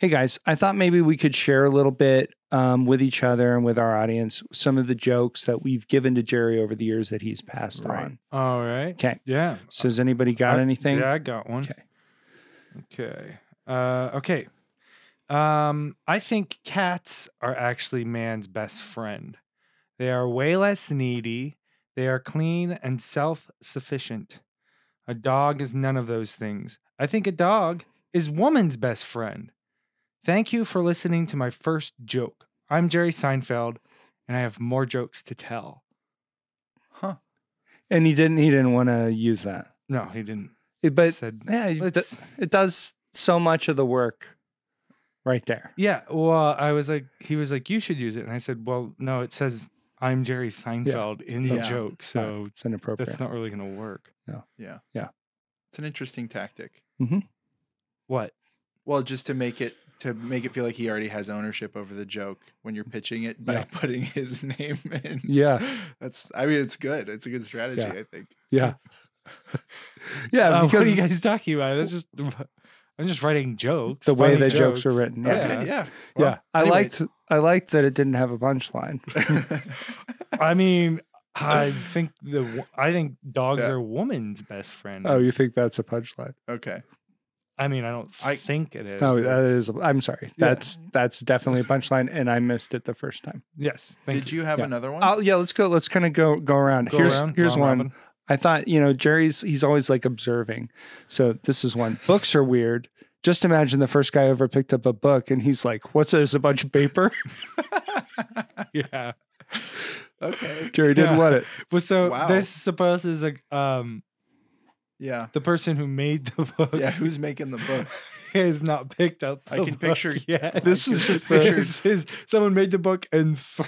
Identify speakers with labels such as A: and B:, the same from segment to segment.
A: Hey guys, I thought maybe we could share a little bit um, with each other and with our audience some of the jokes that we've given to Jerry over the years that he's passed
B: Right.
A: on.
C: All right.
A: Okay.
C: Yeah.
A: So has anybody got
C: I-
A: anything?
C: Yeah, I got one.
A: Okay.
C: Okay. Uh, okay. Um, I think cats are actually man's best friend. They are way less needy. They are clean and self sufficient. A dog is none of those things. I think a dog is woman's best friend. Thank you for listening to my first joke. I'm Jerry Seinfeld, and I have more jokes to tell.
B: Huh.
A: And he didn't. He didn't want to use that.
C: No, he didn't.
A: It- but
C: said,
A: yeah, it, do-
C: "Let's-
A: it does so much of the work right there.
C: Yeah. Well, I was like, he was like, you should use it. And I said, well, no, it says I'm Jerry Seinfeld in the
B: Yeah.
C: joke. So
A: it's inappropriate.
C: that's not really going to work.
B: Yeah.
A: Yeah.
B: It's an interesting tactic.
C: What?
B: Well, just to make it to make it feel like he already has ownership over the joke when you're pitching it by
A: Yeah.
B: putting his name in.
A: yeah,
B: That's I mean it's good. It's a good strategy,
A: Yeah.
B: I think.
A: yeah, yeah.
C: Uh, what are
A: because
C: you guys talking about? That's just, I'm just writing jokes.
A: the way
C: funny
A: that jokes. are written. Yeah,
B: Okay, yeah.
A: yeah. I
B: anyway.
A: liked. I liked that it didn't have a punchline.
C: I mean, I think the, wo- I think dogs
B: Yeah.
C: are woman's best friend.
A: Oh, you think that's a punchline?
B: okay.
C: I mean, I don't
B: I-
C: think it is.
A: No, Oh, that
C: It's-
A: is. I'm sorry.
C: Yeah.
A: That's that's definitely a punchline, and I missed it the first time.
C: Yes. Thank
B: Did you have
A: Yeah.
B: another one?
A: Oh yeah, let's go. Let's kind of go go around.
C: Go
A: here's
C: around,
A: here's
C: round
A: one.
C: robin.
A: I thought you know Jerry's. He's always like observing. So this is one. Books are weird. Just imagine the first guy ever picked up a book, and he's like, "What's this? A bunch of paper?"
C: Yeah.
B: okay.
A: Jerry didn't
C: Yeah.
A: want it.
C: Well, so
B: Wow.
C: this supposes like um
B: Yeah.
C: the person who made the book.
B: Yeah, who's making the book?
C: has not picked up.
B: I
C: the
B: can
C: book
B: picture-
C: yet.
B: This
A: is just
B: the-
C: This is someone made the book and threw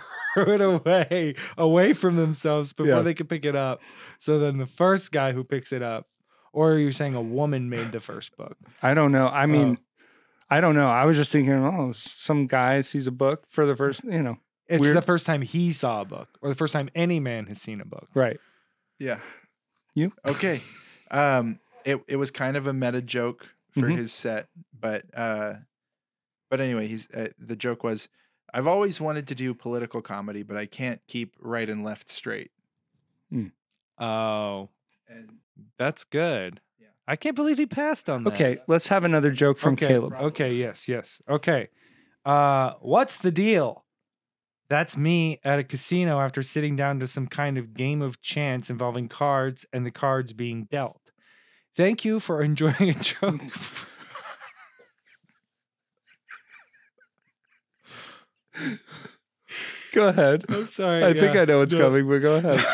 C: it away, away from themselves before
A: Yeah.
C: they could pick it up. So then the first guy who picks it up, or are you saying a woman made the first book?
A: I don't know. I mean,
C: Oh.
A: I don't know. I was just thinking, oh, some guy sees a book for the first, you know,
C: It's
A: Weird.
C: the first time he saw a book, or the first time any man has seen a book.
A: right?
B: Yeah.
A: You?
B: Okay. Um it it was kind of a meta joke for
A: Mhm.
B: his set, but uh but anyway, he's uh, the joke was I've always wanted to do political comedy, but I can't keep right and left straight.
C: Oh,
B: And
C: that's good.
B: Yeah.
C: I can't believe he passed on that.
A: Okay, let's have another joke from
C: okay.
A: Caleb.
C: Okay, yes, yes. Okay. Uh what's the deal? That's me at a casino after sitting down to some kind of game of chance involving cards and the cards being dealt. Thank you for enjoying a joke.
A: Go ahead.
C: I'm sorry. uh,
A: I think
C: yeah.
A: I know what's
C: No.
A: coming, but go ahead.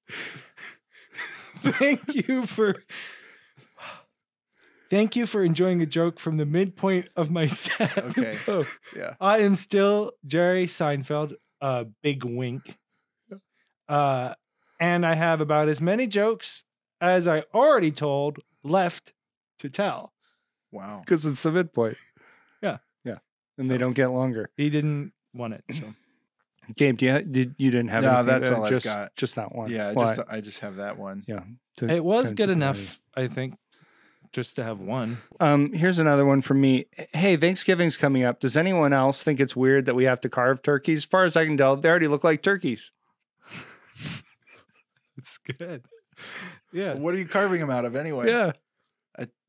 C: Thank you for Thank you for enjoying a joke from the midpoint of my set.
B: okay.
A: Oh.
B: Yeah.
C: I am still Jerry Seinfeld, uh, big wink. Uh, and I have about as many jokes as I already told left to tell.
B: Wow.
A: Because it's the midpoint.
C: Yeah.
A: Yeah. And
C: So-
A: they don't get longer.
C: He didn't want it. So.
A: Gabe, do you, did, you didn't have
B: No,
A: anything? uh,
B: that's all I've
A: just,
B: got.
A: Just that one.
B: Yeah, I
A: Why?
B: just uh, I just have that one.
A: yeah. to
C: It was
A: kinda
C: good
A: keep
C: enough, I think, just to have one.
A: Um, here's another one from me. Hey, Thanksgiving's coming up. Does anyone else think it's weird that we have to carve turkeys? As far as I can tell, they already look like turkeys.
C: It's good. Yeah.
B: What are you carving them out of anyway?
A: Yeah.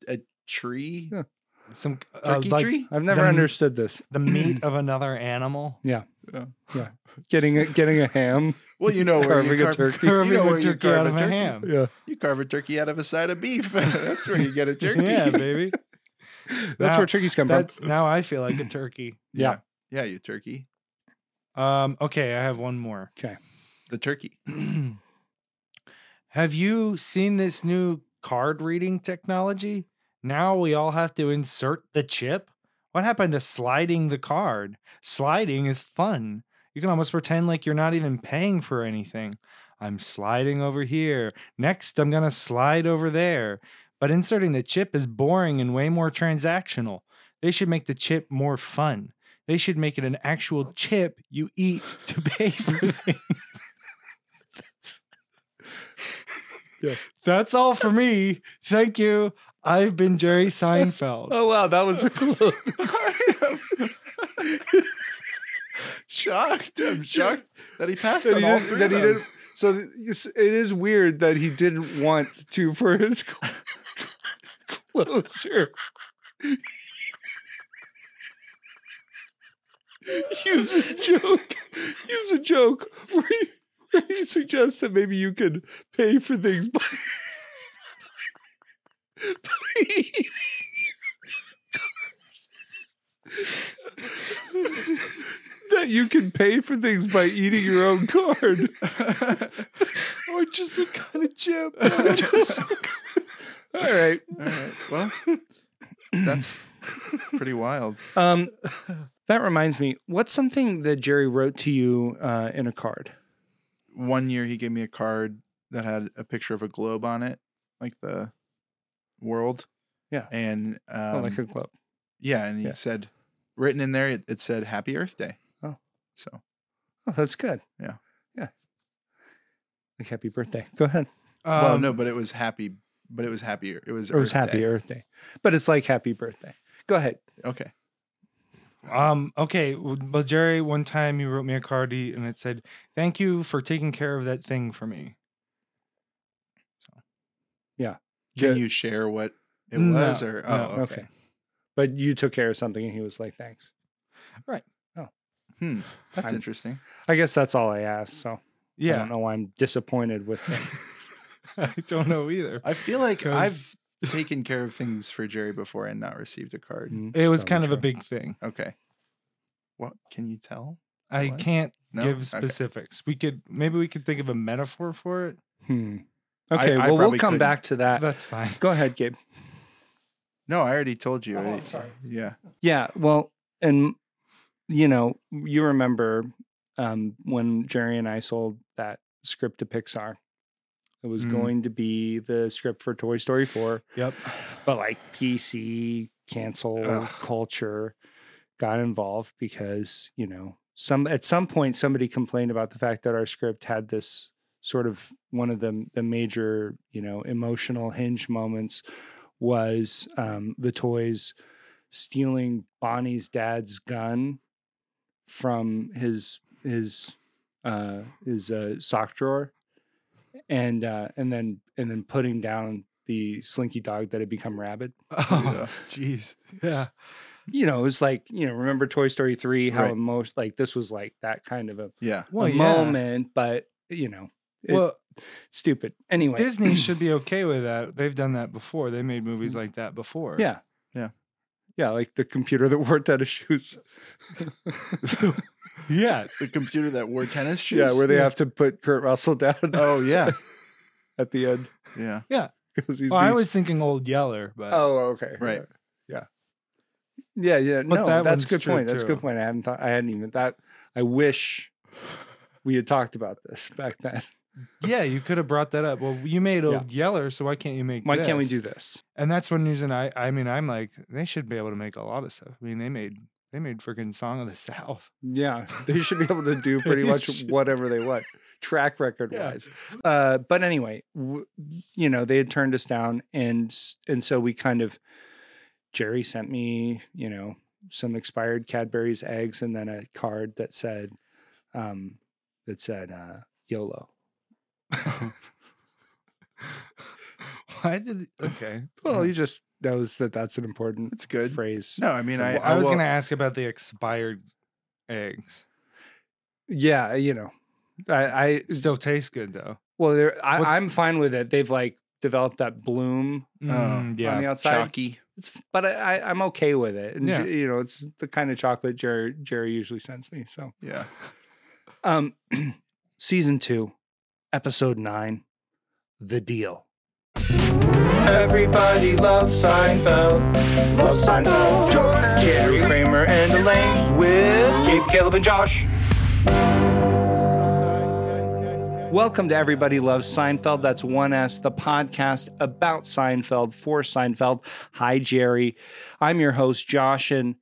B: A tree?
A: Yeah.
C: Some uh,
B: Turkey
C: like
B: tree?
A: I've never
C: The-
A: understood this.
C: the meat of another animal.
A: Getting a, getting a ham.
B: Well, you know Oh, where
A: Carving
B: you
A: a
B: carve,
A: turkey.
B: You
C: Carving
B: know
C: a
B: where you
C: turkey
B: carve
C: out
B: a
C: of a
B: turkey.
C: ham.
A: Yeah.
B: You carve a turkey out of a side of beef. That's where you get a turkey.
C: Yeah, baby.
A: That's
C: Now-
A: where turkeys come from.
C: That's now I feel like a turkey.
B: yeah. Yeah, you turkey.
C: Um, okay, I have one more.
B: The turkey.
C: have you seen this new card reading technology? Now we all have to insert the chip. What happened to sliding the card? Sliding is fun. You can almost pretend like you're not even paying for anything. I'm sliding over here. Next, I'm going to slide over there. But inserting the chip is boring and way more transactional. They should make the chip more fun. They should make it an actual chip you eat to pay for things.
A: Yeah.
C: That's all for me. Thank you. I've been Jerry Seinfeld.
A: Oh wow, that was a clue.
B: I am shocked. I'm shocked that he passed
A: That
B: on
A: he
B: all
A: didn't-
B: three
A: that
B: of
A: he
B: those.
A: didn't- so th- it's- it is weird that he didn't want to for his cl- closer. Use a joke. Use a joke where he, where he suggests that maybe you could pay for things by. that you can pay for things by eating your own card.
C: Or just some kind of chip.
A: All right.
B: All right. Well, that's pretty wild.
A: Um, that reminds me. What's something that Jerry wrote to you uh, in a card?
B: One year he gave me a card that had a picture of a globe on it, like the world.
A: Yeah.
B: And um,
A: oh, like a globe.
B: yeah, and he
A: yeah.
B: said, written in there, it, it said "Happy Earth Day."
A: Oh.
B: so
A: Oh, that's good.
B: Yeah.
A: Yeah. Like happy birthday. Go ahead.
B: well,
C: Um,
B: no, but it was happy. But it was happier. It was.
A: Or it was
B: Earth Day.
A: happy Earth Day, but it's like happy birthday. Go ahead.
B: Okay.
C: Um. Okay. Well, Jerry, one time you wrote me a card he- and it said, "Thank you for taking care of that thing for me."
B: Can
A: Yeah.
B: you share what it
C: No,
B: was? Or oh,
C: no,
A: okay.
B: okay.
A: But you took care of something, and he was like, "Thanks."
B: Hmm. That's
A: I'm-
B: interesting.
A: I guess that's all I asked. So I
C: Yeah.
A: don't know why I'm disappointed with him.
C: I don't know either.
B: I feel like
C: 'Cause-
B: I've taken care of things for Jerry before and not received a card.
A: Mm,
C: It was
A: probably
C: kind of a
A: true.
C: big thing.
B: Okay. What can you tell?
C: I
B: was?
C: can't
B: No? Okay.
C: give specifics. We could maybe we could think of a metaphor for it.
A: Hmm.
B: I-
A: Okay.
B: I
A: well, we'll
B: probably
A: come
B: couldn't.
A: back to that.
C: That's fine.
A: Go ahead, Gabe.
B: No, I already told you. I-
A: sorry.
B: Yeah.
A: Yeah, well, and you know, you remember um, when Jerry and I sold that script to Pixar. It was
B: Mm.
A: going to be the script for Toy Story 4,
C: Yep.
A: but like PC cancel
B: Ugh.
A: culture got involved because, you know, some at some point somebody complained about the fact that our script had this sort of one of the the major, you know, emotional hinge moments was um, the toys stealing Bonnie's dad's gun from his his uh, his uh, sock drawer, and uh, and then and then putting down the Slinky dog that had become rabid.
B: Yeah.
C: Oh, jeez. Yeah.
A: You know, it was like you know, remember Toy Story three? How
B: Right.
A: emo- like this was like that kind of a,
B: Yeah.
A: a moment, but you know, it-
C: Well,
A: stupid. Anyway,
C: Disney should be okay with that. They've done that before. They made movies like that before.
A: yeah,
B: Yeah.
A: yeah, like the computer that worked out of shoes.
C: Yeah.
B: The computer that wore tennis shoes.
A: Yeah, where they have to put Kurt Russell down
B: Oh yeah.
A: at the end
B: Yeah.
A: because he's.
C: Well, I
A: being-
C: was thinking Old Yeller, but
A: oh, okay,
B: Right.
A: yeah, yeah, yeah. No, that's
C: that one's
A: good
C: true,
A: point. That's a good
C: too.
A: point. I hadn't thought. I hadn't even thought. I wish we had talked about this back then.
C: yeah, you could have brought that up. Well, you made
A: Yeah.
C: Old Yeller, so why can't you make?
A: Why can't we
C: this?
A: do this?
C: And that's one reason I I mean I'm like they should be able to make a lot of stuff. I mean they made they made freaking Song of the South.
A: Yeah, they should be able to do pretty
C: You
A: much
C: should.
A: whatever they want, track record
C: Yeah.
A: wise. Uh, but anyway, w- you know, they had turned us down, and s- and so we kind of Jerry sent me, you know, some expired Cadbury's eggs, and then a card that said, um, that said uh, YOLO.
C: Why did okay?
A: Well, he just knows that that's an important
B: It's good.
A: phrase.
B: No, I mean I.
C: I, was
B: will-
C: gonna ask about the expired eggs.
A: Yeah, you know, I, I
C: It still tastes good though.
A: well, there, I,
C: What's-
A: I'm fine with it. They've like developed that bloom
C: Mm,
A: on
C: yeah.
A: the outside.
B: Chalky.
A: It's, f- but I, I, I'm okay with it. And
C: Yeah.
A: j- you know, it's the kind of chocolate Jerry, Jerry usually sends me. So,
B: Yeah.
A: um, season two, episode nine, the deal. Everybody loves Seinfeld. Loves Seinfeld. George, Jerry, Kramer, and Elaine with Gabe, Caleb, and Josh. Welcome to Everybody Loves Seinfeld. That's 1S, the podcast about Seinfeld for Seinfeld. Hi, Jerry. I'm your host, Josh, and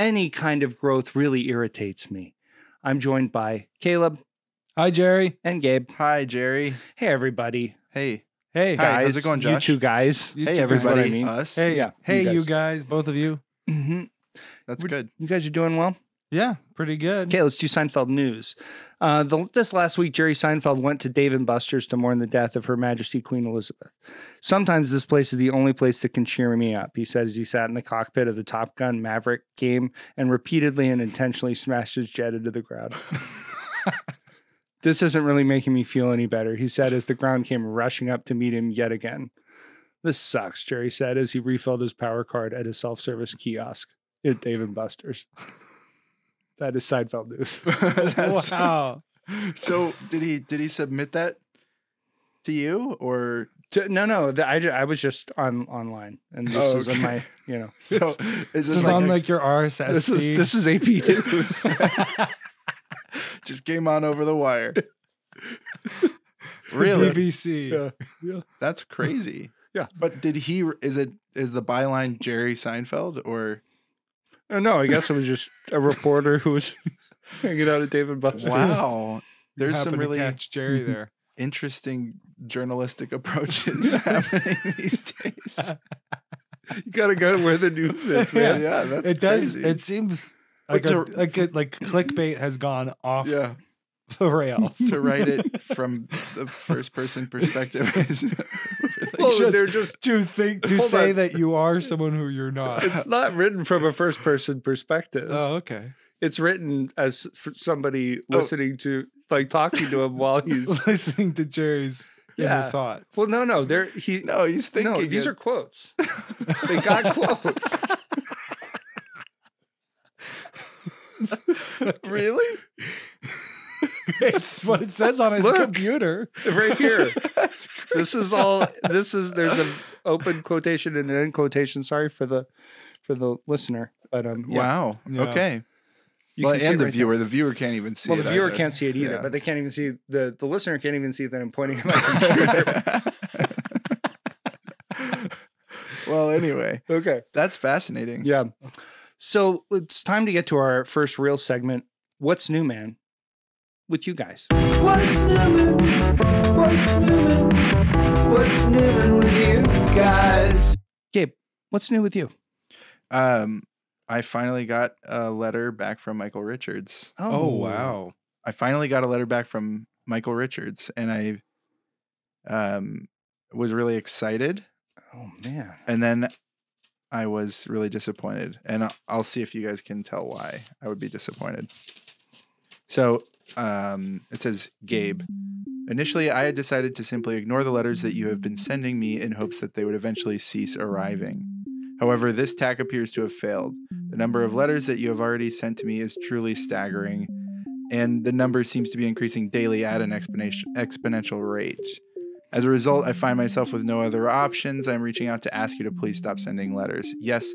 A: any kind of growth really irritates me. I'm joined by Caleb
C: Hi Jerry.
A: and Gabe.
B: Hi Jerry.
A: Hey, everybody.
B: Hey.
C: Hey,
B: Hi.
A: guys,
B: how's it going, Josh?
A: You two guys.
C: you
B: Hey,
C: two guys.
A: what
B: everybody.
A: I mean.
B: Us.
C: Hey,
A: Yeah,
C: hey,
A: you guys.
C: you guys, both of you.
A: hmm
B: that's
A: would-
B: good.
A: You guys are doing well.
C: Yeah, pretty good.
A: Okay, let's do Seinfeld news. Uh, the, this last week, Jerry Seinfeld went to Dave and Buster's to mourn the death of Her Majesty Queen Elizabeth. Sometimes this place is the only place that can cheer me up, he said as he sat in the cockpit of the Top Gun Maverick game and repeatedly and intentionally smashed his jet into the ground. this isn't really making me feel any better, he said as the ground came rushing up to meet him yet again. This sucks, Jerry said as he refilled his power card at a self service kiosk at Dave and Buster's. That is Seinfeld news.
B: That's-
C: wow.
B: So did he did he submit that to you or
A: To, no, no, the, I, ju- I was just on online, and this
B: Oh,
A: is
B: okay.
A: on my, you know,
B: so is this,
C: This is
B: like
C: on
B: a-
C: like your RSS
A: this is
C: feed.
A: this is AP news.
B: just came on over the wire?
C: for
B: really?
C: BBC.
A: Yeah.
B: That's crazy.
A: Yeah.
B: But did he is it is the byline Jerry Seinfeld or
A: oh, no, I guess it was just a reporter who was hanging out at David Buster's.
B: wow. There's some
C: Happened to
B: really
C: catch Jerry there.
B: interesting journalistic approaches happening these days.
A: you gotta go to where the news is,
B: Yeah,
A: man.
B: yeah that's
C: it does.
B: crazy.
C: It seems like
B: But
C: a,
B: to-
C: like a, like clickbait has gone off
B: yeah.
C: the rails.
B: To write it from the first person perspective is really
A: Well,
C: Just-
A: they're just.
C: to think to
A: Hold
C: say
A: on.
C: that you are someone who you're not.
A: It's not written from a first person perspective.
C: oh, okay.
A: It's written as for somebody listening to, like, talking to him while he's.
C: Listening to Jerry's
A: Yeah.
C: inner thoughts.
A: Well, no, no, they're he.
B: No, he's thinking.
A: no, these
B: it.
A: are quotes. they got quotes.
B: really.
C: it's what it says on his
A: Look.
C: computer.
A: right here.
B: That's
A: this is all. This is there's an open quotation and an end quotation. Sorry for the for the listener, but um, yeah,
B: Wow.
C: Yeah.
B: Okay.
A: you
B: well,
A: can see
B: and
A: it
B: the
A: right there.
B: viewer. The viewer can't even see
A: Well,
B: it.
A: the viewer
B: either.
A: can't see it either,
B: Yeah.
A: but they can't even see the the listener can't even see that I'm pointing at my computer.
B: well, anyway,
A: okay,
B: that's fascinating.
A: yeah. So it's time to get to our first real segment. What's new, man? With you guys.
D: What's new? man? What's new? man? What's new man with you guys?
A: Gabe, what's new with you?
B: Um, I finally got a letter back from Michael Richards.
C: Oh wow.
B: I finally got a letter back from Michael Richards, and I um was really excited,
A: Oh man.
B: and then I was really disappointed. And I- I'll see if you guys can tell why I would be disappointed. So um, it says, Gabe. Initially, I had decided to simply ignore the letters that you have been sending me in hopes that they would eventually cease arriving. However, this tack appears to have failed. The number of letters that you have already sent to me is truly staggering, and the number seems to be increasing daily at an exponenti- exponential rate. As a result, I find myself with no other options. I'm reaching out to ask you to please stop sending letters. Yes,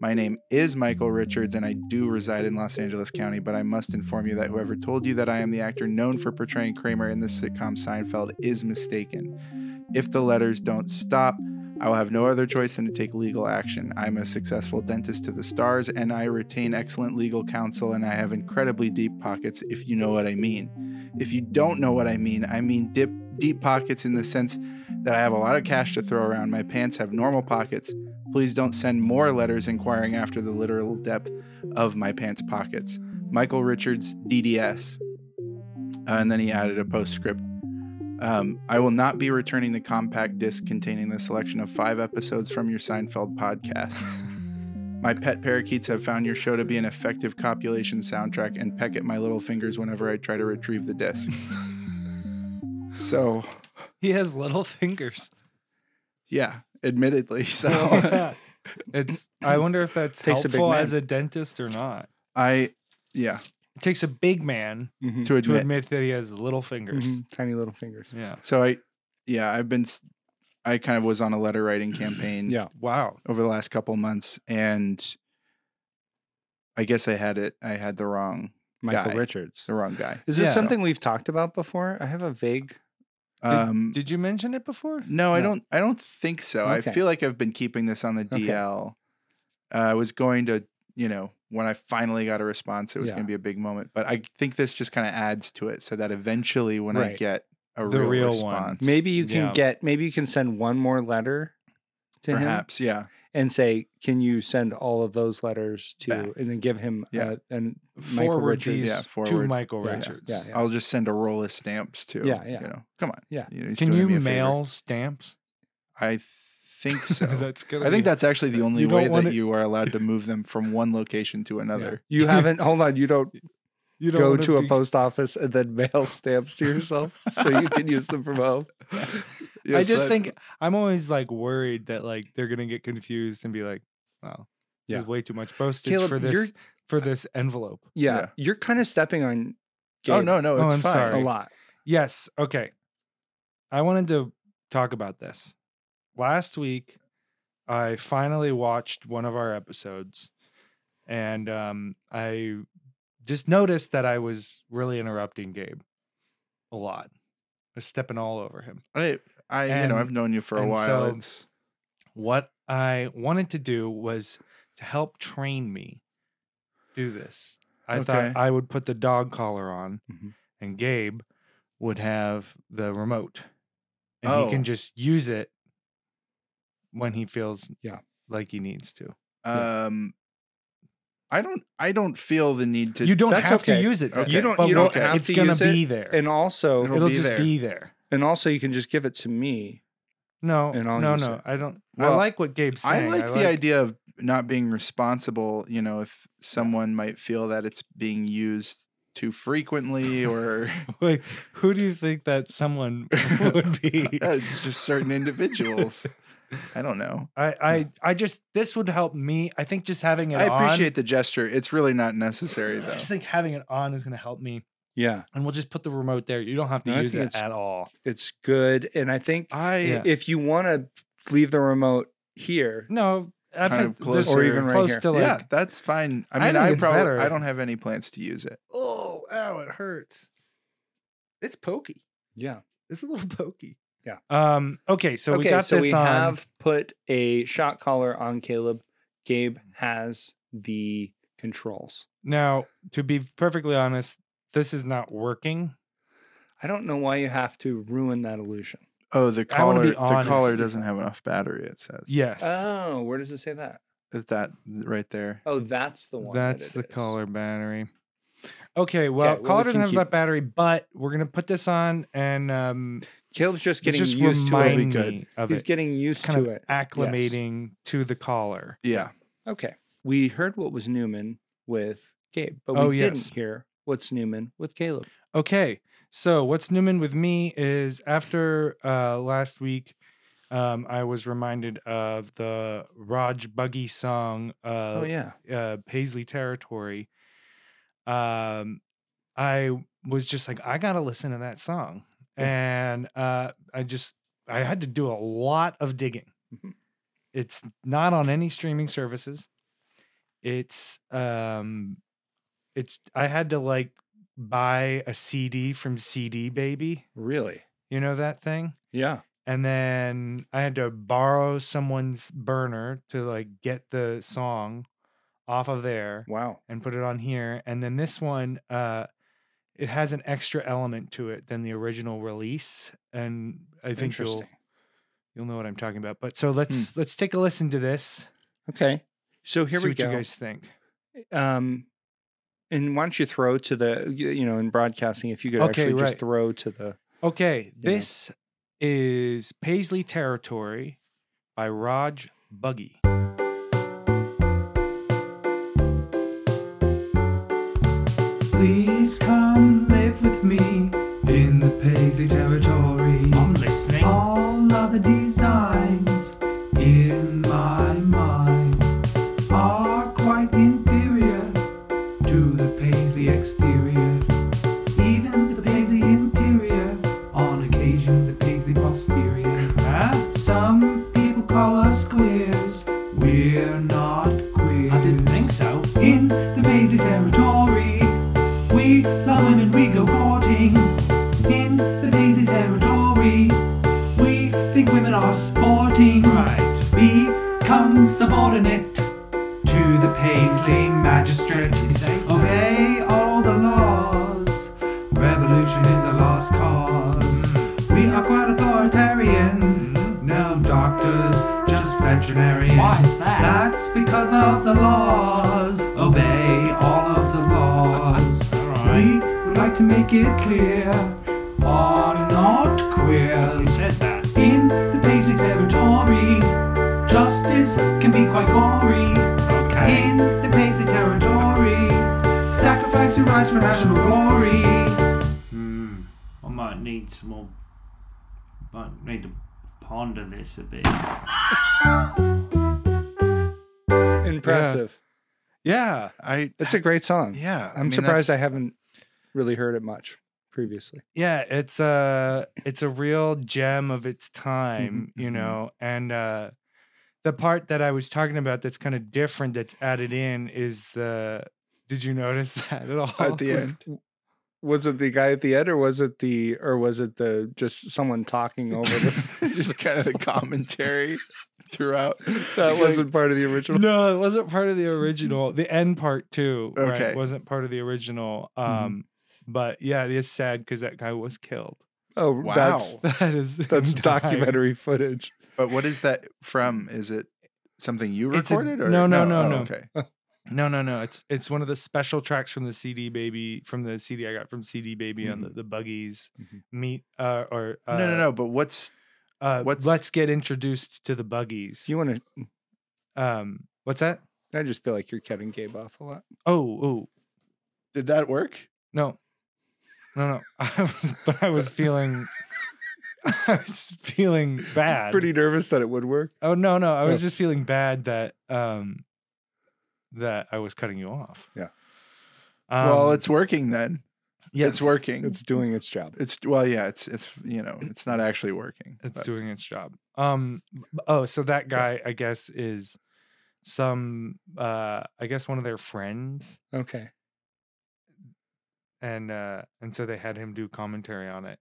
B: my name is Michael Richards, and I do reside in Los Angeles County, but I must inform you that whoever told you that I am the actor known for portraying Kramer in the sitcom Seinfeld is mistaken. If the letters don't stop, I will have no other choice than to take legal action. I'm a successful dentist to the stars, and I retain excellent legal counsel, and I have incredibly deep pockets, if you know what I mean. If you don't know what I mean, I mean dip, deep pockets in the sense that I have a lot of cash to throw around. My pants have normal pockets. Please don't send more letters inquiring after the literal depth of my pants pockets. Michael Richards, DDS. Uh, And then he added a postscript. Um, I will not be returning the compact disc containing the selection of five episodes from your Seinfeld podcasts. my pet parakeets have found your show to be an effective copulation soundtrack and peck at my little fingers whenever I try to retrieve the disc. so,
C: He has little fingers.
B: yeah, admittedly. So,
C: it's I wonder if that's
A: Oh. Takes a big
C: helpful
A: man.
C: as a dentist or not.
B: I, yeah,
C: It takes a big man
A: Mhm.
B: to
C: to
B: admit.
C: admit that he has little fingers.
B: Mm-hmm.
A: Mhm. Tiny little fingers.
C: Yeah.
B: So, I, yeah, I've been, s- I kind of was on a letter writing campaign.
A: Yeah.
C: Wow.
B: over the last couple months and I guess I had it I had the wrong
A: Michael
B: Guy.
A: Richards.
B: the wrong guy.
A: Is this
C: Yeah.
A: something we've talked about before? I have a vague.
B: Um
C: Did you mention it before?
B: no, I
A: No.
B: don't I don't think so.
A: Okay.
B: I feel like I've been keeping this on the
A: Okay.
B: DL. Uh, I was going to, you know, when I finally got a response, it was
A: Yeah.
B: going to be a big moment, but I think this just kind of adds to it so that eventually when I
A: Right.
B: get a
C: The
B: real,
C: real one.
B: response.
A: Maybe you can
C: Yeah.
A: get maybe you can send one more letter to him
B: perhaps, yeah.
A: and say, "Can you send all of those letters to?"
B: Back.
A: And then give him
B: Yeah.
A: uh, and Michael
C: Forward
A: Richards.
C: these
B: Yeah,
C: to
B: forward.
C: Michael
A: Yeah, yeah,
C: Richards.
A: yeah, yeah.
B: I'll just send a roll of stamps too.
A: Yeah, yeah.
B: You know, come on.
A: Yeah.
B: You know, he's
C: Can
B: doing
C: you
B: me a favor.
C: mail stamps?
B: I think so.
C: that's good.
B: I think that's actually the only
C: You don't
B: way that
C: wanna-
B: you are allowed to move them from one location to another.
A: you haven't hold on, you don't
C: you
A: go
C: wanna
A: to a
C: be-
A: post office and then mail stamps to yourself so you can use them from home.
C: I
B: Yes,
C: just think I'm always like worried that like they're gonna get confused and be like, "Wow,
A: Yeah.
C: there's way too much postage
A: Caleb,
C: for
A: you're-
C: this for this envelope."
A: Yeah,
B: Yeah.
A: you're kind of stepping on.
B: Oh
A: Gabe
B: no, no,
C: Oh,
B: it's
C: I'm
B: fine.
A: a
C: sorry.
A: lot.
C: Yes. Okay. I wanted to talk about this. Last week, I finally watched one of our episodes, and um, I just noticed that I was really interrupting Gabe a lot. I was stepping all over him.
B: I, I, you know,
C: And-
B: I've known you for a
C: and
B: while.
C: so-
B: it's
C: What I wanted to do was to help train me do this. I
B: Okay.
C: thought I would put the dog collar on,
A: Mhm.
C: and Gabe would have the remote, and he
B: Oh.
C: can just use it when he feels
A: Yeah.
C: like he needs to.
B: um, I don't, I don't feel the need to.
C: you don't
A: that's
C: have
A: okay. Oh,
C: to use it. though.
B: Okay.
A: You don't.
C: But
A: you don't
B: okay.
A: have
C: it's
A: to
C: gonna
A: use
C: be
A: it.
C: there.
A: And also,
B: It'll
C: it'll,
B: be
C: just
B: there.
C: be there.
A: and also, you can just give it to me.
C: No,
A: And I'll
C: no,
A: use
C: no.
A: it.
C: I don't. I
B: Well,
C: like what Gabe's
B: I
C: saying.
B: like the idea of not being responsible. You know, if someone might feel that it's being used too frequently, or
C: Like, who do you think that someone would be?
B: Uh, it's just certain individuals. I don't know.
C: I, I, I just this would help me. I think just having it.
B: I
C: on,
B: appreciate the gesture. It's really not necessary
C: I
B: though.
C: just think having it on is going to help me,
A: Yeah,
C: and we'll just put the remote there. You don't have to
A: No, I
C: use
A: think
C: it
A: it's-
C: at all.
A: it's good. And I think
B: I
C: Yeah.
A: if you want to leave the remote here,
C: No, I
B: Kind
C: think
B: of closer.
C: just
B: Or
A: even right
C: close
A: here.
C: to like.
B: yeah, that's fine. I
C: I
B: mean,
C: think
B: I,
C: it's
B: probably
C: better.
B: I don't have any plans to use it.
C: Oh, ow! It hurts.
B: It's pokey.
A: yeah.
B: It's a little pokey.
C: Um. Okay, so we
A: okay,
C: got
A: so
C: this um,
A: we
C: on.
A: have put a shot collar on Caleb. Gabe
C: Mm-hmm.
A: has the controls.
C: Now, to be perfectly honest, this is not working.
A: I don't know why you have to ruin that illusion.
B: Oh, the
C: I wanna
B: collar.
C: be
B: The collar
C: honest.
B: doesn't have enough battery. It says.
C: Yes,
A: Oh, where does it say that?
B: Is that right there.
A: Oh, that's the one. that
C: that's
A: it
C: the
A: is.
C: collar battery. Okay, well,
A: well,
C: collar
A: we
C: doesn't
A: can
C: have
A: keep-
C: that battery, but we're gonna put this on and um,
A: Caleb's just getting
C: just
A: used to
C: remind
A: it.
B: It'll be good.
C: me of
A: He's
C: it.
A: getting used
C: kind
A: to
C: of
A: it.
C: acclimating to the collar.
B: Yeah.
A: Okay. We heard what was Newman with Gabe, but we
C: Oh,
A: didn't
C: yes.
A: hear what's Newman with Caleb.
C: Okay, so what's Newman with me is after uh, last week, um, I was reminded of the Raj Buggy song. Uh,
A: oh yeah.
C: uh, Paisley territory, um, I was just like, I gotta listen to that song, and uh, I just I had to do a lot of digging.
A: Mhm.
C: It's not on any streaming services. It's um, it's I had to like buy a CD from CD Baby.
A: Really?
C: You know that thing?
A: Yeah.
C: and then I had to borrow someone's burner to like get the song off of there
A: Wow.
C: and put it on here. And then this one, uh, it has an extra element to it than the original release, and I think you'll
A: Interesting.
C: you'll know what I'm talking about. But so let's let's take a listen to this.
A: Okay. So Oh, here
C: see
A: we
C: what
A: go.
C: you guys think.
A: Um and why don't you throw to the you you know in broadcasting if you could
C: Okay,
A: actually just
C: right.
A: throw to the
C: Okay,
A: know.
C: this is Paisley Territory by Raj Buggy.
D: Please come live with me in the Paisley territory. I'm listening. All other designs in my mind are quite inferior to the Paisley exterior. Even the Paisley interior, on occasion the Paisley posterior. huh? Some people call us queers. We're not queers. I didn't think so. In the Paisley territory, we love women, we go courting. In the Paisley territory, we think women are sporting. Right. Become subordinate to the Paisley magistrate. Obey all the laws. Revolution is a lost cause.
E: veterinarian.
F: Why's that?
E: That's because of the laws. Obey all of the laws. We would like to make it clear are not queers.
F: that.
E: In the Paisley territory, justice can be quite gory. In the Paisley territory, sacrifice your rights for national glory.
F: Hmm. I might need some more. Might need to ponder this a bit.
A: Impressive.
C: Yeah.
B: I
A: That's a great song.
B: yeah.
A: I'm surprised I
B: that's-
A: haven't really heard it much previously.
C: Yeah, it's a it's a real gem of its time, you know. And uh the part that I was talking about that's kind of different that's added in is the did you notice that at all?
B: at the end.
A: Was it the guy at the end, or was it the, or was it the just someone talking over this?
B: Just kind of the commentary throughout.
A: that wasn't part of the original.
C: No, it wasn't part of the original. The end part too,
B: Okay.
C: right? Wasn't part of the original. Um but yeah, it is sad because that guy was killed.
A: Oh,
B: Wow.
A: that's
C: That is
A: that's
C: him dying.
A: documentary footage.
B: But what is that from? Is it something you
C: It's a-
B: recorded? or
C: no, no, no,
B: Oh,
C: no.
B: Okay.
C: No, no, no. It's it's one of the special tracks from the CD Baby from the CD I got from CD Baby on the, the Buggies
A: Mhm.
C: meet uh, or uh,
B: Mm-hmm. no, no, no. But what's
C: Uh,
B: What's-
C: Let's get introduced to the Buggies.
A: Do you want to?
C: Um, what's that?
A: I just feel like you're cutting Gabe off a lot.
C: Oh, oh,
B: did that work?
C: no, no, no. I was, but I was feeling, I was feeling bad.
A: Pretty nervous that it would work.
C: Oh no, no. I was
A: Oh.
C: just feeling bad that um, that I was cutting you off.
A: Yeah.
C: Um,
B: well, it's working then. It's
C: yes,
B: working.
A: It's
B: It's
A: doing its job.
B: well, yeah. It's it's you know, it's not actually working.
C: It's
B: but-
C: doing its job. Um. b- Oh, so that guy, I guess, is some. Uh, I guess one of their friends.
A: Okay.
C: and uh and so they had him do commentary on it.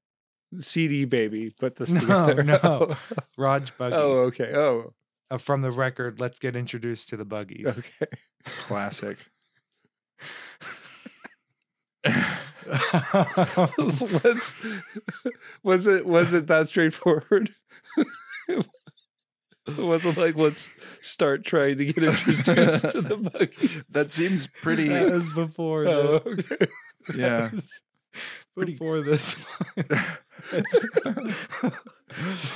A: CD baby, put this
C: No,
A: together.
C: no. Raj Buggy
A: oh, okay. Oh,
C: uh, from the record. Let's get introduced to the Buggies.
A: okay.
B: Classic.
A: Let's, was it was it that straightforward? it wasn't like let's start trying to get introduced to the buggy.
B: That seems pretty.
C: that was before.
A: Oh,
C: the-
A: okay.
B: yeah.
C: this- before this.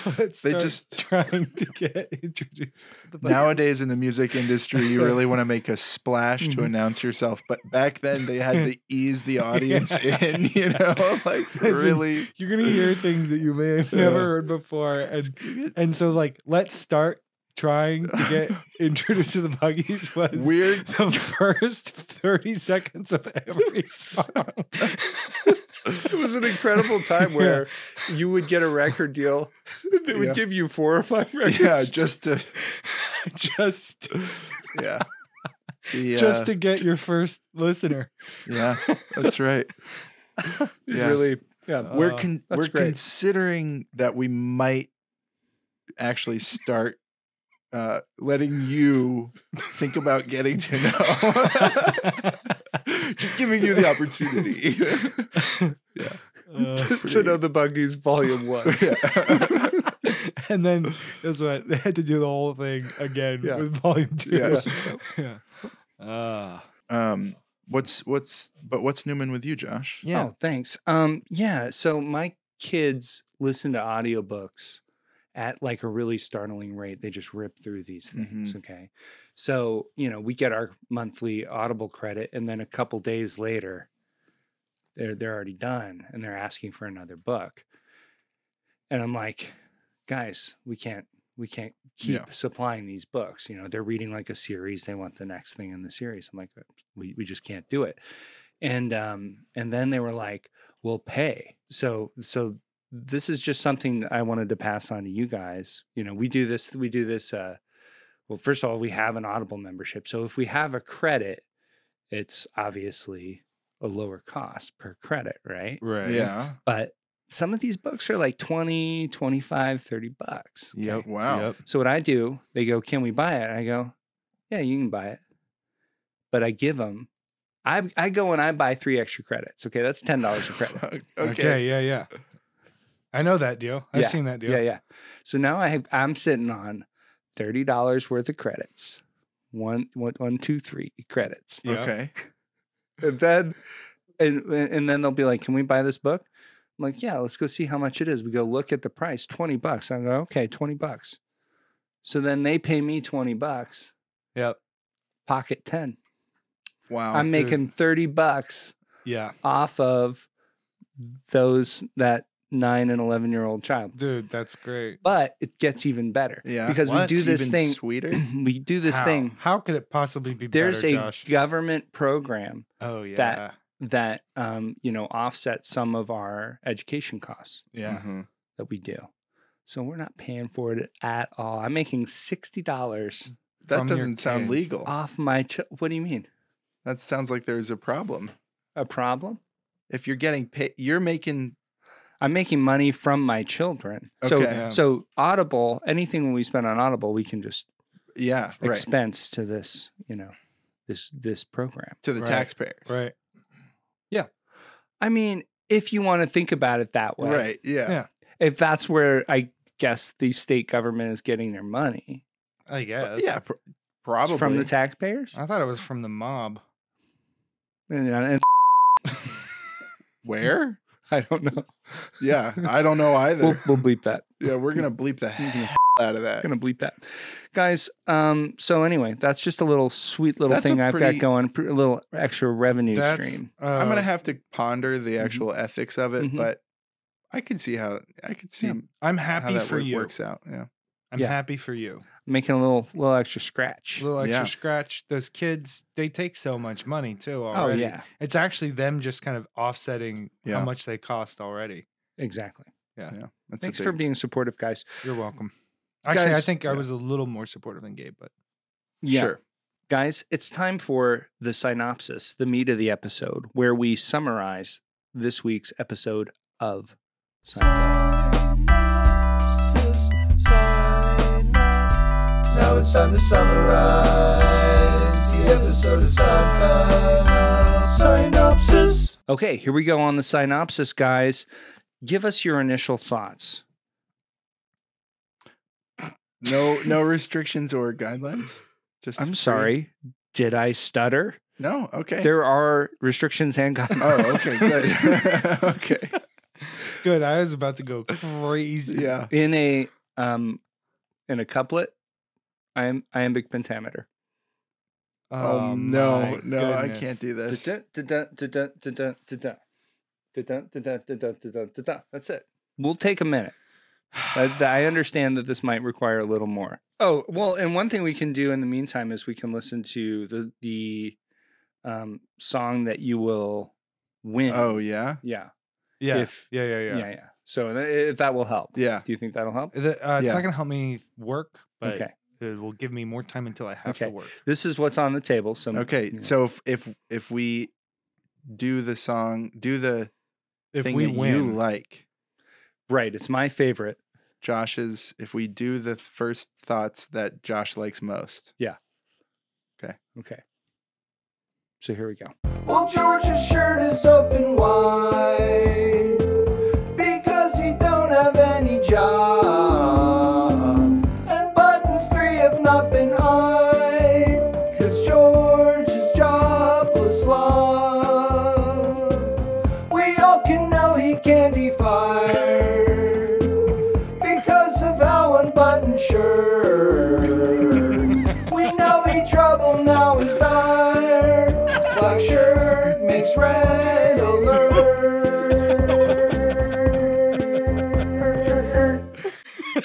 C: Let's
B: They
C: start
B: just-
C: trying to get introduced to the Buggies.
B: Nowadays in the music industry, you really want to make a splash to announce yourself, but back then they had to ease the audience in, you know, like
C: Listen,
B: really.
C: You're gonna hear things that you may have never heard before, and and so like let's start trying to get introduced to the buggies was
B: Weird.
C: the first 30 seconds of every song.
A: It was an incredible time where you would get a record deal. They would
B: Yeah.
A: give you four or five records.
B: Yeah, just to
C: just
B: yeah. The,
C: just
B: uh,
C: to get your first listener.
B: yeah, that's right.
A: It's
B: Yeah.
A: Really. Yeah.
B: we're
C: Uh,
B: con-
A: that's
B: we're
A: great.
B: considering that we might actually start uh, letting you think about getting to know. Just giving you the opportunity.
C: Uh,
A: to know the buggies, volume one.
B: yeah.
C: and then that's what they had to do the whole thing again
A: Yeah.
C: with volume two.
B: Yes.
C: Yeah. Uh,
B: Um, what's what's but what's Newman with you, Josh?
C: yeah.
A: Oh, thanks. Um, yeah. So my kids listen to audiobooks at like a really startling rate. They just rip through these things. Okay. So, you know, we get our monthly audible credit and then a couple days later, they're they're already done and they're asking for another book. And I'm like, guys, we can't we can't keep
B: Yeah.
A: supplying these books. You know, they're reading like a series. They want the next thing in the series. I'm like, we, we just can't do it and um and then they were like we'll pay so so this is just something that i wanted to pass on to you guys you know we do this we do this uh well first of all we have an audible membership so if we have a credit it's obviously a lower cost per credit right
C: Right.
B: Yeah.
A: but some of these books are like 20 25 30 bucks
C: Yep.
B: Wow.
C: Yep.
A: so what I do, they go, "Can we buy it?" I go, "Yeah, you can buy it." But I give them, I I go and I buy three extra credits. Okay, that's ten dollars a credit.
B: okay.
C: Okay. Yeah. Yeah. I know that deal. I've
A: Yeah,
C: seen that deal.
A: yeah, yeah. So now I have, I'm sitting on thirty dollars worth of credits. One, one, one, two, three credits.
C: Yeah.
B: Okay.
A: And then, and and then they'll be like, "Can we buy this book?" I'm like, "Yeah, let's go see how much it is." We go look at the price, twenty bucks. I go, "Okay, twenty bucks." So then they pay me twenty bucks,
C: Yep.
A: pocket ten.
B: Wow.
A: I'm
C: dude.
A: making thirty bucks
C: Yeah.
A: off of those that nine and eleven year old child.
C: Dude, that's great.
A: But it gets even better.
B: Yeah.
A: Because
C: What?
A: we do
B: It's
A: this
B: even
A: thing
B: sweeter.
A: we do this
C: How?
A: thing.
C: How could it possibly be
A: There's
C: better,
A: a
C: Josh?
A: government program
C: oh yeah.
A: that- that um, you know offsets some of our education costs
C: yeah.
B: Mhm.
A: that we do. So we're not paying for it at all. I'm making sixty dollars
B: That
C: From your
B: doesn't sound
C: kids.
B: legal.
A: off my. Ch- what do you mean?
B: that sounds like there's a problem.
A: A problem?
B: If you're getting paid, you're making.
A: I'm making money from my children. So
B: Okay.
C: Yeah.
A: so Audible, anything we spend on Audible, we can just
B: Yeah. Right.
A: expense to this. You know, this this program.
B: to the
C: Right.
B: taxpayers.
A: Mhm.
C: Right.
A: I mean, if you want to think about it that way,
B: Right. Yeah.
C: Yeah.
A: if that's where I guess the state government is getting their money
C: I guess.
B: Yeah. pr- probably. Uh
A: it's from the taxpayers
C: I thought it was from the mob.
A: and, and
B: Where?
A: I don't know.
B: Yeah. I don't know either.
A: We'll, we'll bleep that.
B: yeah. We're going to bleep the
A: We're
B: hell
A: gonna,
B: out of that.
A: gonna bleep that, guys. Um. So anyway, that's just a little sweet little
B: That's a
A: thing I've
B: pretty-
A: got going. pr- A little extra revenue
C: That's,
A: stream.
B: I'm
C: uh,
B: gonna have to ponder the
A: Mhm.
B: actual ethics of it,
A: Mhm.
B: but I could see how I could see
A: Yeah.
C: I'm
B: how
C: happy
B: that
C: for
B: work-
C: you.
B: works out. Yeah,
C: I'm
A: Yeah.
C: happy for you.
A: Making a little little extra scratch.
C: little extra
B: Yeah.
C: scratch. Those kids, they take so much money too
A: oh
C: already.
A: yeah,
C: It's actually them just kind of offsetting
B: Yeah.
C: how much they cost already.
A: exactly.
B: yeah. That's a
A: Thanks for
B: big-
A: being supportive, guys.
C: You're welcome. Actually, I
A: Guys-
C: think I
B: Yeah.
C: was a little more supportive than Gabe, but
A: Yeah.
B: sure.
A: Guys, it's time for the synopsis, the meat of the episode, where we summarize this week's episode of Seinfeld.
D: Now it's time to summarize the episode of Seinfeld. Synopsis.
A: Okay, here we go on the synopsis, guys. Give us your initial thoughts.
B: No, no restrictions or guidelines. Just
A: I'm
B: free-
A: sorry. Did I stutter?
B: No.
D: Eh.
B: Okay.
A: There are restrictions and guidelines.
B: oh, okay. Good. okay.
C: good. I was about to go crazy.
B: Yeah.
A: In a um in a couplet, I am iambic pentameter.
B: Oh,
C: Oh,
B: no,
C: my
B: no, I
C: goodness.
B: can't do this.
A: That's it. We'll take a minute. I, th- I understand that this might require a little more. Oh well, and one thing we can do in the meantime is we can listen to the the um, song that you will win.
B: Oh yeah,
A: yeah,
C: Yeah.
A: If-
C: yeah, yeah, yeah.
A: yeah, yeah. So th- if that will help,
B: yeah.
A: do you think that'll help?
C: The- uh, it's
B: Yeah.
C: not gonna help me work, but
A: Okay.
C: it will give me more time until I have to
A: Okay.
C: work.
A: This is what's on the table.
C: Um,
A: So
B: Okay.
A: you know.
B: So if if if we do the song, do the
C: If
B: thing
C: we
B: that
C: win,
B: you like,
A: right, it's my favorite.
B: Josh's. If we do the first thoughts that Josh likes most.
A: Okay. So here we go.
D: Well, George's shirt is open wide because he don't have any job. And buttons three have not been eyed because George is jobless love. We all can know he can't be fired because of how unbuttoned shirt. We know he trouble now is dire. Slack shirt makes red alert.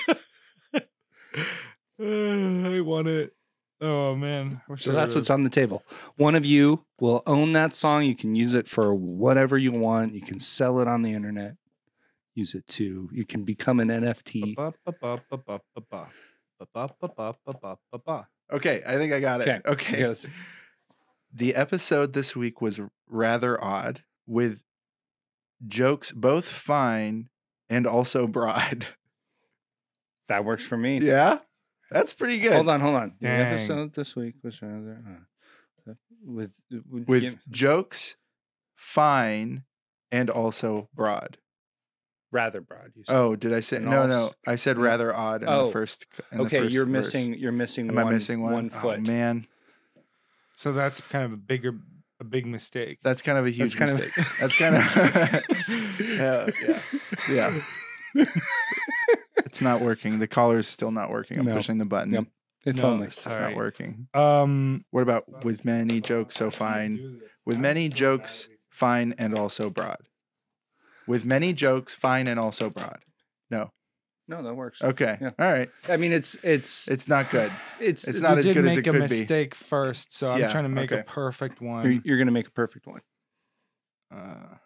C: I want it. Oh man, I wish
A: So
C: I
A: that's
C: would've-
A: what's on the table. One of you will own that song. You can use it for whatever you want. You can sell it on the internet. Use it to, you can become an NFT.
C: Ba-ba-ba-ba-ba-ba-ba. Ba-ba-ba-ba-ba-ba-ba.
B: Okay, I think I got it.
A: Okay.
B: Okay.
A: Yes.
B: The episode this week was rather odd with jokes both fine and also broad.
A: That works for me.
B: yeah. That's pretty good.
A: Hold on, hold on. The
C: Dang.
A: episode this week was rather uh, with, with,
B: With
A: yeah,
B: jokes fine and also broad.
A: rather broad. You said.
B: Oh, did I say
A: And
B: no?
A: all
B: No,
A: s-
B: I said rather odd in
A: Oh,
B: the first. c- In the
A: okay.
B: first
A: You're
B: verse.
A: missing. You're missing.
B: Am
A: one,
B: I missing one?
A: One foot.
B: Oh, man,
C: So that's kind of a bigger, a big mistake.
B: that's kind of a huge
A: kind of-
B: mistake. That's kind of. yeah, yeah, yeah. it's not working. The collar's still not working. I'm
A: No.
B: pushing the button.
A: Yep. If
C: No,
A: only.
B: It's
C: Sorry.
B: not working.
C: Um,
B: What about with many jokes so fine? With many jokes fine and also broad. With many jokes fine and also broad.
A: No, that works.
B: Okay.
A: Yeah.
B: All right.
A: I mean, it's it's
B: It's not good.
A: it's,
B: it's
A: it's
B: not
A: not.
C: you
B: as
C: did
B: good as
C: make
B: it
C: a
B: could be.
C: mistake first, so I'm
B: Yeah,
C: trying to make
B: okay.
C: a perfect
A: You're,
C: one.
A: you're gonna make a perfect one.
B: Uh,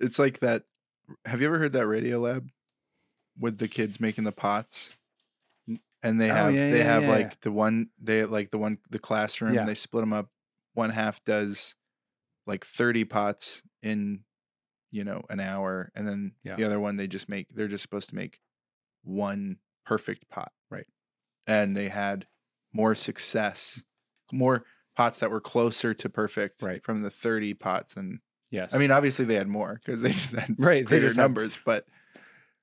B: it's like that. Have you ever heard that Radio Lab with the kids making the pots? And they
A: Oh,
B: have
A: yeah,
B: they
A: yeah,
B: have
A: yeah,
B: like
A: yeah.
B: the one they like the one the classroom
A: Yeah.
B: they split them up. One half does like thirty pots in you know an hour, and then
A: Yeah.
B: the other one they just make they're just supposed to make one perfect pot.
A: Right.
B: And they had more success, more pots that were closer to perfect
A: Right.
B: from the thirty pots than
A: Yes.
B: I mean, obviously they had more because they just had
A: right. They
B: greater
A: just have-
B: numbers, but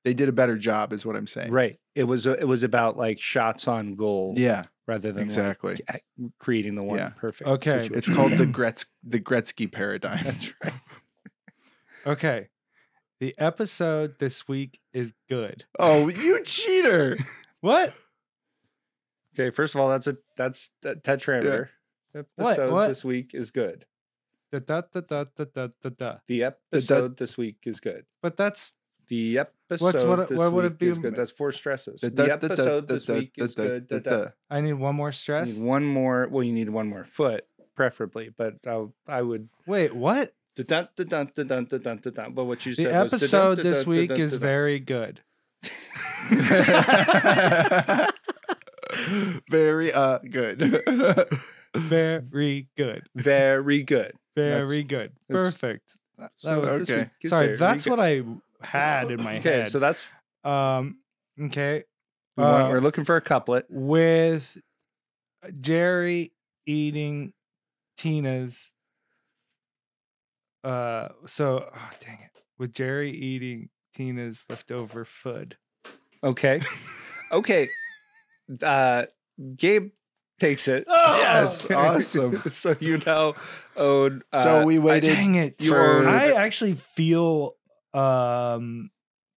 B: they did a better job, is what I'm saying.
A: Right. It was it was about like shots on goal
B: Yeah.
A: rather than like,
B: Exactly.
A: ac- creating the one
B: Yeah.
A: perfect.
C: Okay.
A: situation.
B: It's called the Gretz the Gretzky paradigm.
A: That's right.
C: okay, the episode this week is good.
B: Oh, you cheater!
C: What?
A: Okay. First of all, that's a that's that tetrameter.
C: What?
A: Episode
C: What?
A: this week is good.
C: Da, da, da, da, da, da, da, da.
A: The
B: The
A: episode this week is good.
C: But that's
A: The episode
C: what-
A: this
C: what would it
A: week is
C: be?
A: good. That's four stresses.
B: Da-
A: The,
B: da- da- da-
A: episode
B: da-
A: this
B: da-
A: week
B: da-
A: is
B: da-
A: good.
B: da-
A: da- da.
B: da.
C: I need one more
A: You
C: stress.
A: need one more. Well, you need one more foot, preferably. But I, I would.
C: Wait, what?
A: Dun, dun, dun, dun, dun, dun, dun, dun. But what you
C: The
A: said was dun,
C: episode
A: dun, dun,
C: this
A: dun,
C: week
A: dun,
C: is
A: dun, dun.
C: very good.
B: Very uh good.
C: Very good.
A: very good.
C: Very good.
A: that's-
C: Perfect.
A: So
C: was-
A: this
B: Okay.
A: week is
C: Sorry,
A: very
C: that's
A: good.
C: what I had in my
A: Okay,
C: head.
A: so that's
C: um, okay.
A: we want,
C: Uh,
A: we're looking for a couplet.
C: with Jerry eating Tina's. Uh, so oh, dang it. With Jerry eating Tina's leftover food.
A: Okay, okay. Uh, Gabe takes it.
C: Oh,
B: Yes, awesome.
A: so you now own. Uh,
B: so we waited.
C: dang it.
B: you
A: for-
B: were-
C: I actually feel um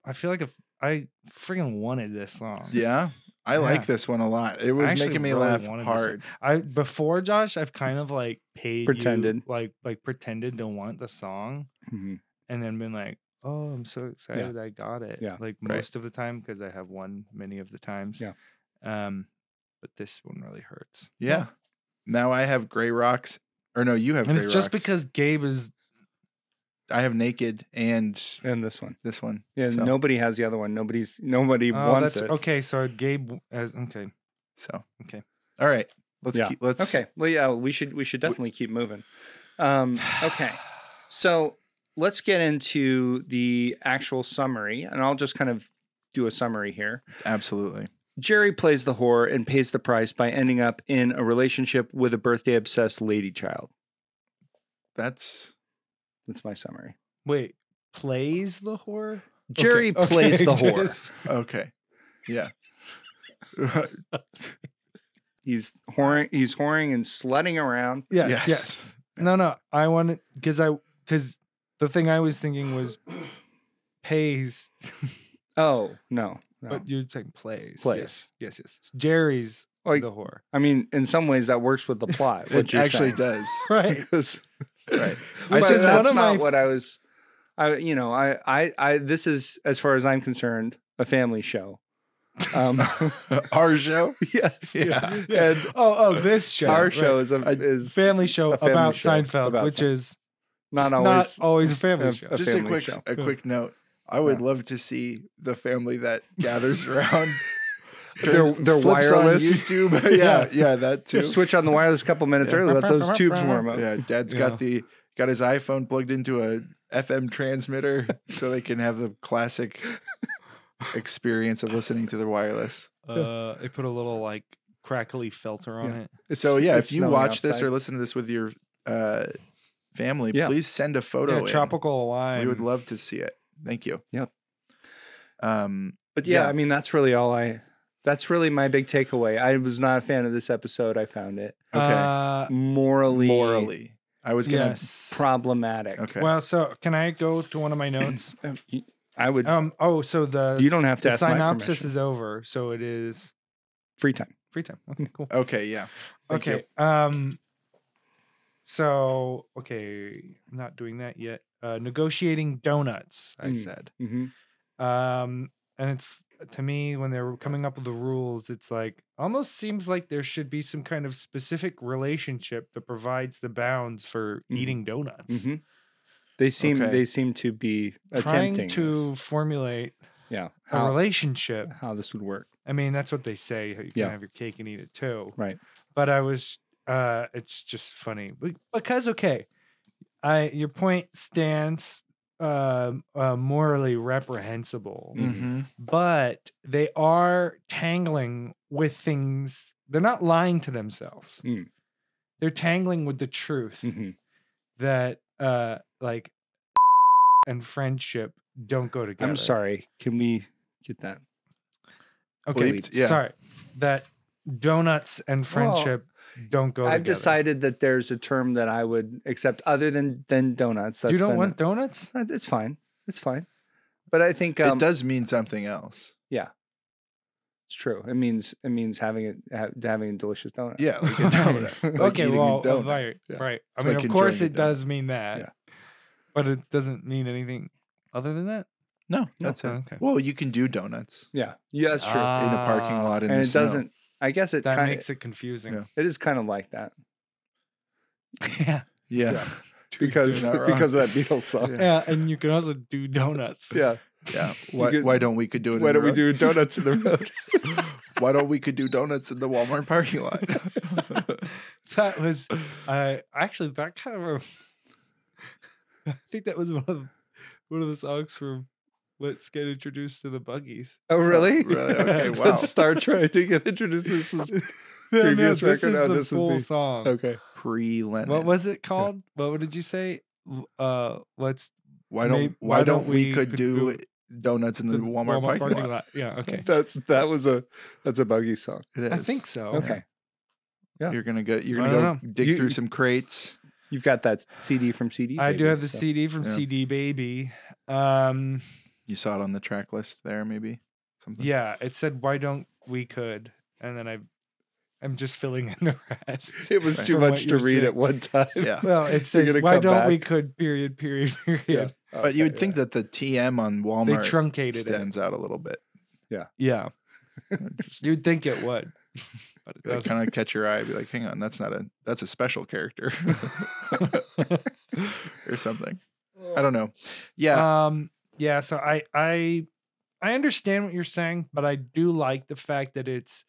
C: I feel like if I freaking wanted this song.
B: Yeah. I
C: Yeah.
B: like this one a lot. It was
C: actually
B: making me
C: really
B: laugh
C: wanted this one.
B: hard.
C: I before Josh, I've kind of like paid you-
A: Pretended.
C: like like pretended to want the song
A: Mhm.
C: and then been like, "Oh, I'm so excited I got it."
A: Yeah.
C: Like
B: Right.
C: most of the time because I have one many of the times.
A: Yeah.
C: Um but this one really hurts.
B: Yeah. Now I have gray rocks. Or no, you have
C: And
B: gray
C: it's just
B: rocks.
C: because Gabe is
B: I have naked and
A: and this one.
B: this one.
A: And
B: So-
A: nobody has the other one. Nobody's nobody
C: oh,
A: wants
C: that's
A: it.
C: okay, so Gabe as okay.
B: So
C: Okay.
B: all right. Let's
A: Yeah.
B: keep, let's
A: Okay. Well, yeah, we should we should
B: We-
A: definitely keep moving. Um, okay. So let's get into the actual summary, and I'll just kind of do a summary here.
B: absolutely.
A: Jerry plays the whore and pays the price by ending up in a relationship with a birthday obsessed lady child.
B: That's
A: That's my summary.
C: Wait, plays the whore?
A: Jerry plays the whore.
B: okay. Yeah.
A: He's whoring. He's whoring and slutting around.
C: Yes, yes. No, no. I want because I because the thing I was thinking was pays,
A: Oh no, no.
C: but you're saying plays.
A: Plays.
C: Yes, yes, yes. It's Jerry's
A: Like,
C: the whore.
A: I mean, in some ways that works with the plot. What
B: It
A: you're
B: actually
A: saying.
B: does.
C: Right.
A: Because-
B: Right.
A: But
B: I
C: But
B: think
A: that's
C: one
B: that's
C: of my-
A: not what I was. I you know I I I this is as far as I'm concerned a family show. Um,
B: our show.
A: yes.
B: Yeah.
C: Yeah.
A: And
C: oh, oh, this show.
A: Our
C: right.
A: show is a,
B: I-
A: is
C: family show
A: a family
C: about
A: show
C: Seinfeld,
A: about
C: which
A: Seinfeld.
C: is
A: not
C: just
A: always
C: not always a family
A: a-
C: show.
A: a
B: Just a
A: family
B: quick
A: show.
B: a quick note. I would love to see the family that gathers around.
A: They're-
B: turns-
A: they're
B: flips on
A: wireless.
B: YouTube. yeah, yeah, that too.
A: switch on the wireless a couple minutes
B: Yeah.
A: early. Let those tubes warm up.
B: Yeah, Dad's
C: Yeah.
B: got the got his iPhone plugged into a FM transmitter so they can have the classic experience of listening to the wireless.
C: Uh, they put a little like crackly filter on
A: Yeah.
C: it.
B: So yeah,
A: It's
B: if you
A: snowing
B: watch this
A: outside.
B: or listen to this with your uh, family,
A: Yeah.
B: please send a photo.
C: Yeah,
B: in.
C: tropical lime.
B: We would love to see it. Thank you. Um,
A: But yeah,
B: Yeah.
A: I mean that's really all I that's really my big takeaway. I was not a fan of this episode. I found it
B: okay.
C: Uh,
A: morally,
B: Morally, I was gonna.
C: yes.
A: problematic.
B: Okay.
C: Well, so can I go to one of my notes?
A: Um, y- I would
C: um. Oh, so the
A: You don't have to
C: the
A: ask my
C: synopsis
A: permission.
C: is over, so it is
A: free time.
C: free time. Okay, cool.
B: okay. Yeah. Thank you.
C: okay. Um. So okay, not doing that yet. Uh, negotiating donuts. I
A: Mm.
C: said.
A: Mm-hmm.
C: Um, and it's to me when they were coming up with the rules, it's like almost seems like there should be some kind of specific relationship that provides the bounds for
A: Mhm.
C: eating donuts.
A: hmm They seem
B: Okay.
A: they seem to be
C: Trying
A: attempting
C: to
A: this.
C: formulate
A: yeah
C: a
A: how
C: relationship.
A: how this would work.
C: I mean, that's what they say. You can
A: Yeah.
C: have your cake and eat it too.
A: Right.
C: But I was, uh, it's just funny Be- because okay, I your point stands uh, uh, morally reprehensible,
B: Mm-hmm.
C: but they are tangling with things. They're not lying to themselves.
A: Mm.
C: They're tangling with the truth
B: Mm-hmm.
A: hmm
C: that uh, like and friendship don't go together.
A: I'm sorry. Can we get that?
C: Okay,
B: Bleeped, yeah.
C: sorry. That donuts and friendship don't go.
A: I've
C: together.
A: decided that there's a term that I would accept other than than donuts. That's
C: you don't
A: been-
C: want donuts.
A: Uh, It's fine. It's fine. But I think um,
B: it does mean something else.
A: It's true. It means it means having it ha- having a delicious donut.
B: Yeah, like a donut. Like
C: okay,
B: eating a
C: well,
B: donut.
C: right,
B: Yeah.
C: right. I
B: It's
C: mean,
B: like
C: of course,
B: enjoying
C: it
B: a
C: does mean that,
A: Yeah.
C: but it doesn't mean anything other than that.
B: No, that's it.
C: Okay.
B: Well, you can do donuts
A: yeah, yeah. That's true.
B: in a parking
C: Ah,
B: lot in
A: Uh, and
B: the
A: it
B: snow.
A: doesn't. I guess it
C: that
A: kind
C: makes
A: of.
C: it confusing.
B: Yeah.
A: It is kind of like that
C: yeah.
B: Yeah.
A: Yeah. because
B: not wrong.
A: because of that Beatles song.
B: Yeah.
A: Yeah.
C: yeah, and you can also do donuts.
B: Yeah. Why,
A: could-
B: why don't we could do it?
A: Why
B: in the
A: don't we
B: road?
A: do donuts in the road?
B: Why don't we could do donuts in the Walmart parking lot?
C: that was uh, actually that kind of rem- I think that was one of one of the songs from Let's Get Introduced to the Buggies.
A: oh, really?
B: really? Okay, wow.
A: Let's start trying to get introduced. This is
C: No, no,
A: Previous
C: this
A: record?
C: is
A: Oh,
C: the
A: this is
C: full
A: the-
C: song.
A: okay.
B: Pre Lennon.
C: What was it called? What did you say? L- Uh, let's
B: Why don't
C: Maybe-
B: Why, don't, we could do donuts in the
C: it's a
B: Walmart, parking, lot?
C: Yeah, okay.
A: That's that was a that's a buggy song.
B: It is.
C: I think so.
A: Okay, yeah.
B: You're gonna go. You're
C: I
B: gonna go
C: don't
B: dig
A: You-
B: through
A: you-
B: some crates.
A: you've got that CD from CD.
C: I do
A: Baby,
C: have the
A: so-
C: CD from
B: Yeah.
C: CD Baby. Um,
B: You saw it on the track list there, maybe something.
C: yeah, it said why don't we could, and then I, I'm just filling in the rest.
A: It was
B: Right.
A: too
C: From what
A: much to
C: you're
A: read
C: saying.
A: at one time.
B: Yeah.
C: Well, it says
A: gonna
C: why
A: come
C: don't we
A: back."
C: could period period period.
B: But you would
A: Okay,
B: think that the TM on
C: They
B: Walmart
C: truncated it.
B: stands out a little bit.
C: Yeah, you'd think it would, but it
B: That
C: doesn't.
B: kind of catch your eye. Be like, hang on, that's not a that's a special character, or something. I don't know. Yeah,
C: Um, yeah. So I I I understand what you're saying, but I do like the fact that it's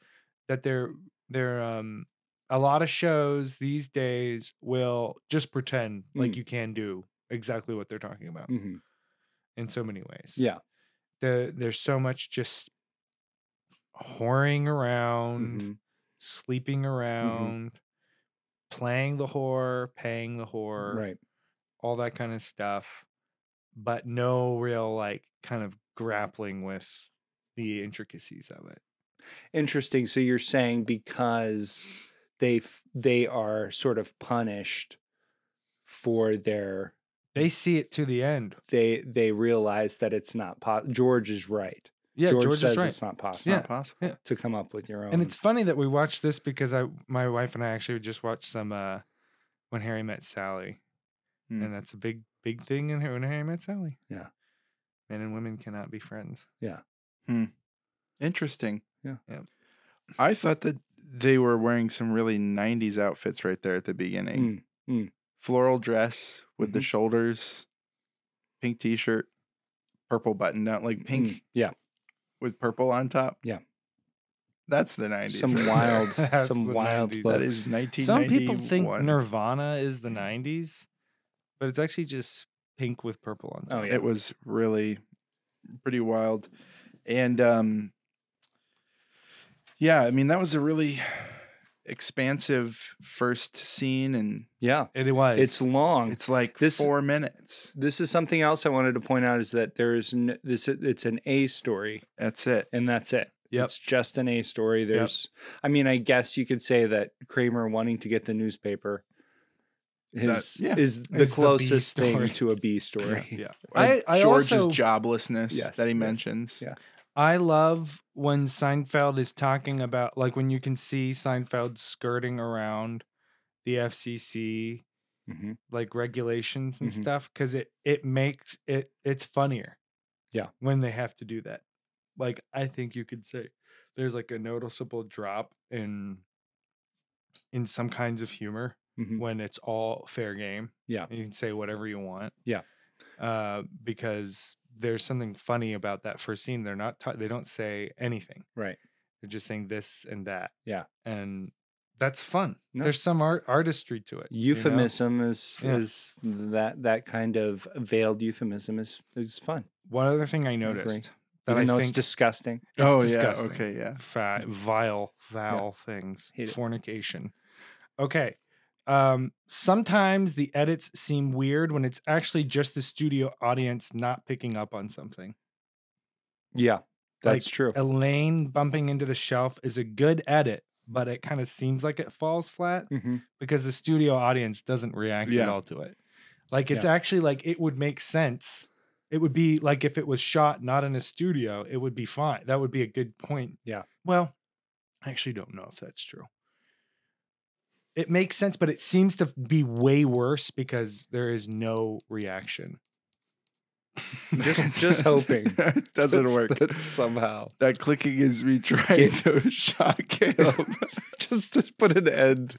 C: that they're they're um a lot of shows these days will just pretend like
A: Mm.
C: you can do exactly what they're talking about
A: Mhm.
C: in so many ways.
A: Yeah.
C: The, there's so much just whoring around,
A: Mhm.
C: sleeping
A: Mm-hmm.
C: around, playing the whore, paying the whore
A: Right.
C: all that kind of stuff, but no real like kind of grappling with the intricacies of it.
A: Interesting. So you're saying because they f- they are sort of punished for their Mm.
C: They see it to the end.
A: they they realize that it's not po- George is right.
C: Yeah, George,
A: George,
C: is
A: says
C: right.
A: it's um not
B: it's
A: possible
C: yeah.
B: not possible.
A: to come up with your own.
C: and it's funny that we watched this because I my wife and I actually just watched some uh when Harry met Sally.
B: Hmm.
C: And that's a big big thing in here when Harry met Sally.
A: Mm. Yeah.
C: Men and women cannot be friends.
B: Interesting.
A: Yeah.
C: Yeah.
B: I thought that they were wearing some really 90s outfits right there at the beginning.
A: Mm, mm.
B: Floral dress with
C: Mm-hmm.
B: the
A: Mhm.
B: shoulders, pink t shirt, purple button down, like pink
C: Mm-hmm.
A: Mm, yeah,
B: with purple on top.
A: Yeah.
B: That's the 90s.
A: some
B: right there.
A: wild,
C: That's
A: some
C: the
A: wild.
C: 90s.
B: That
A: look.
B: is 1991.
C: Some people think Nirvana is
B: Mm-hmm.
C: the 90s, but it's actually just pink with purple on top.
A: Oh yeah,
B: It was really pretty wild. And um yeah, I mean that was a really expansive first scene, and
A: Yeah.
C: It was.
A: It's
C: Um,
A: long.
B: Oh, it's like
A: This-
B: four minutes.
A: this is something else I wanted to point out is that there's n- this it's an A story
B: That's it.
A: and that's it.
C: Yep.
A: It's just an A story. There's I mean I guess you could say that Kramer wanting to get the newspaper is
B: yeah,
A: is the
C: is the B
A: closest
C: story.
A: thing to a B story.
C: yeah.
B: Like
C: I- I
B: George's
C: also-
B: joblessness
A: Yes,
B: that he
A: yes,
B: mentions.
A: yeah.
C: I love when Seinfeld is talking about like when you can see Seinfeld skirting around the FCC
A: Mhm.
C: like regulations and
A: Mhm.
C: stuff because it it makes it it's funnier.
A: Yeah.
C: when they have to do that, like I think you could say there's like a noticeable drop in in some kinds of humor
A: Mhm.
C: when it's all fair game.
A: Yeah.
C: you can say whatever you want.
A: Yeah.
C: uh, because there's something funny about that first scene. They're not ta- they don't say anything.
A: Right.
C: They're just saying this and that.
A: Yeah.
C: and that's fun.
A: No.
C: There's some art artistry to it. you know?
A: Euphemism is
C: Yeah.
A: is that that kind of veiled euphemism is is fun.
C: One other thing I
A: agree.
C: noticed that
A: Even
C: I
A: though
C: think
A: it's disgusting.
C: it's
B: oh
C: disgusting.
B: yeah. Okay. Yeah.
C: Fa- vile, vile things.
A: Hate it.
C: Fornication. Okay. Um, sometimes the edits seem weird when it's actually just the studio audience not picking up on something.
A: Yeah. That's
C: Like,
A: true.
C: Elaine bumping into the shelf is a good edit, but it kind of seems like it falls flat
A: hmm
C: because the studio audience doesn't react at
B: Yeah.
C: all to it. Like it's actually like it would make sense. It would be like if it was shot not in a studio, it would be fine. That would be a good point.
A: Yeah.
C: Well, I actually don't know if that's true. It makes sense, but it seems to be way worse because there is no reaction.
A: Just- just hoping.
B: it doesn't work.
A: somehow.
B: That clicking is me trying to shock Caleb.
A: just to put an end.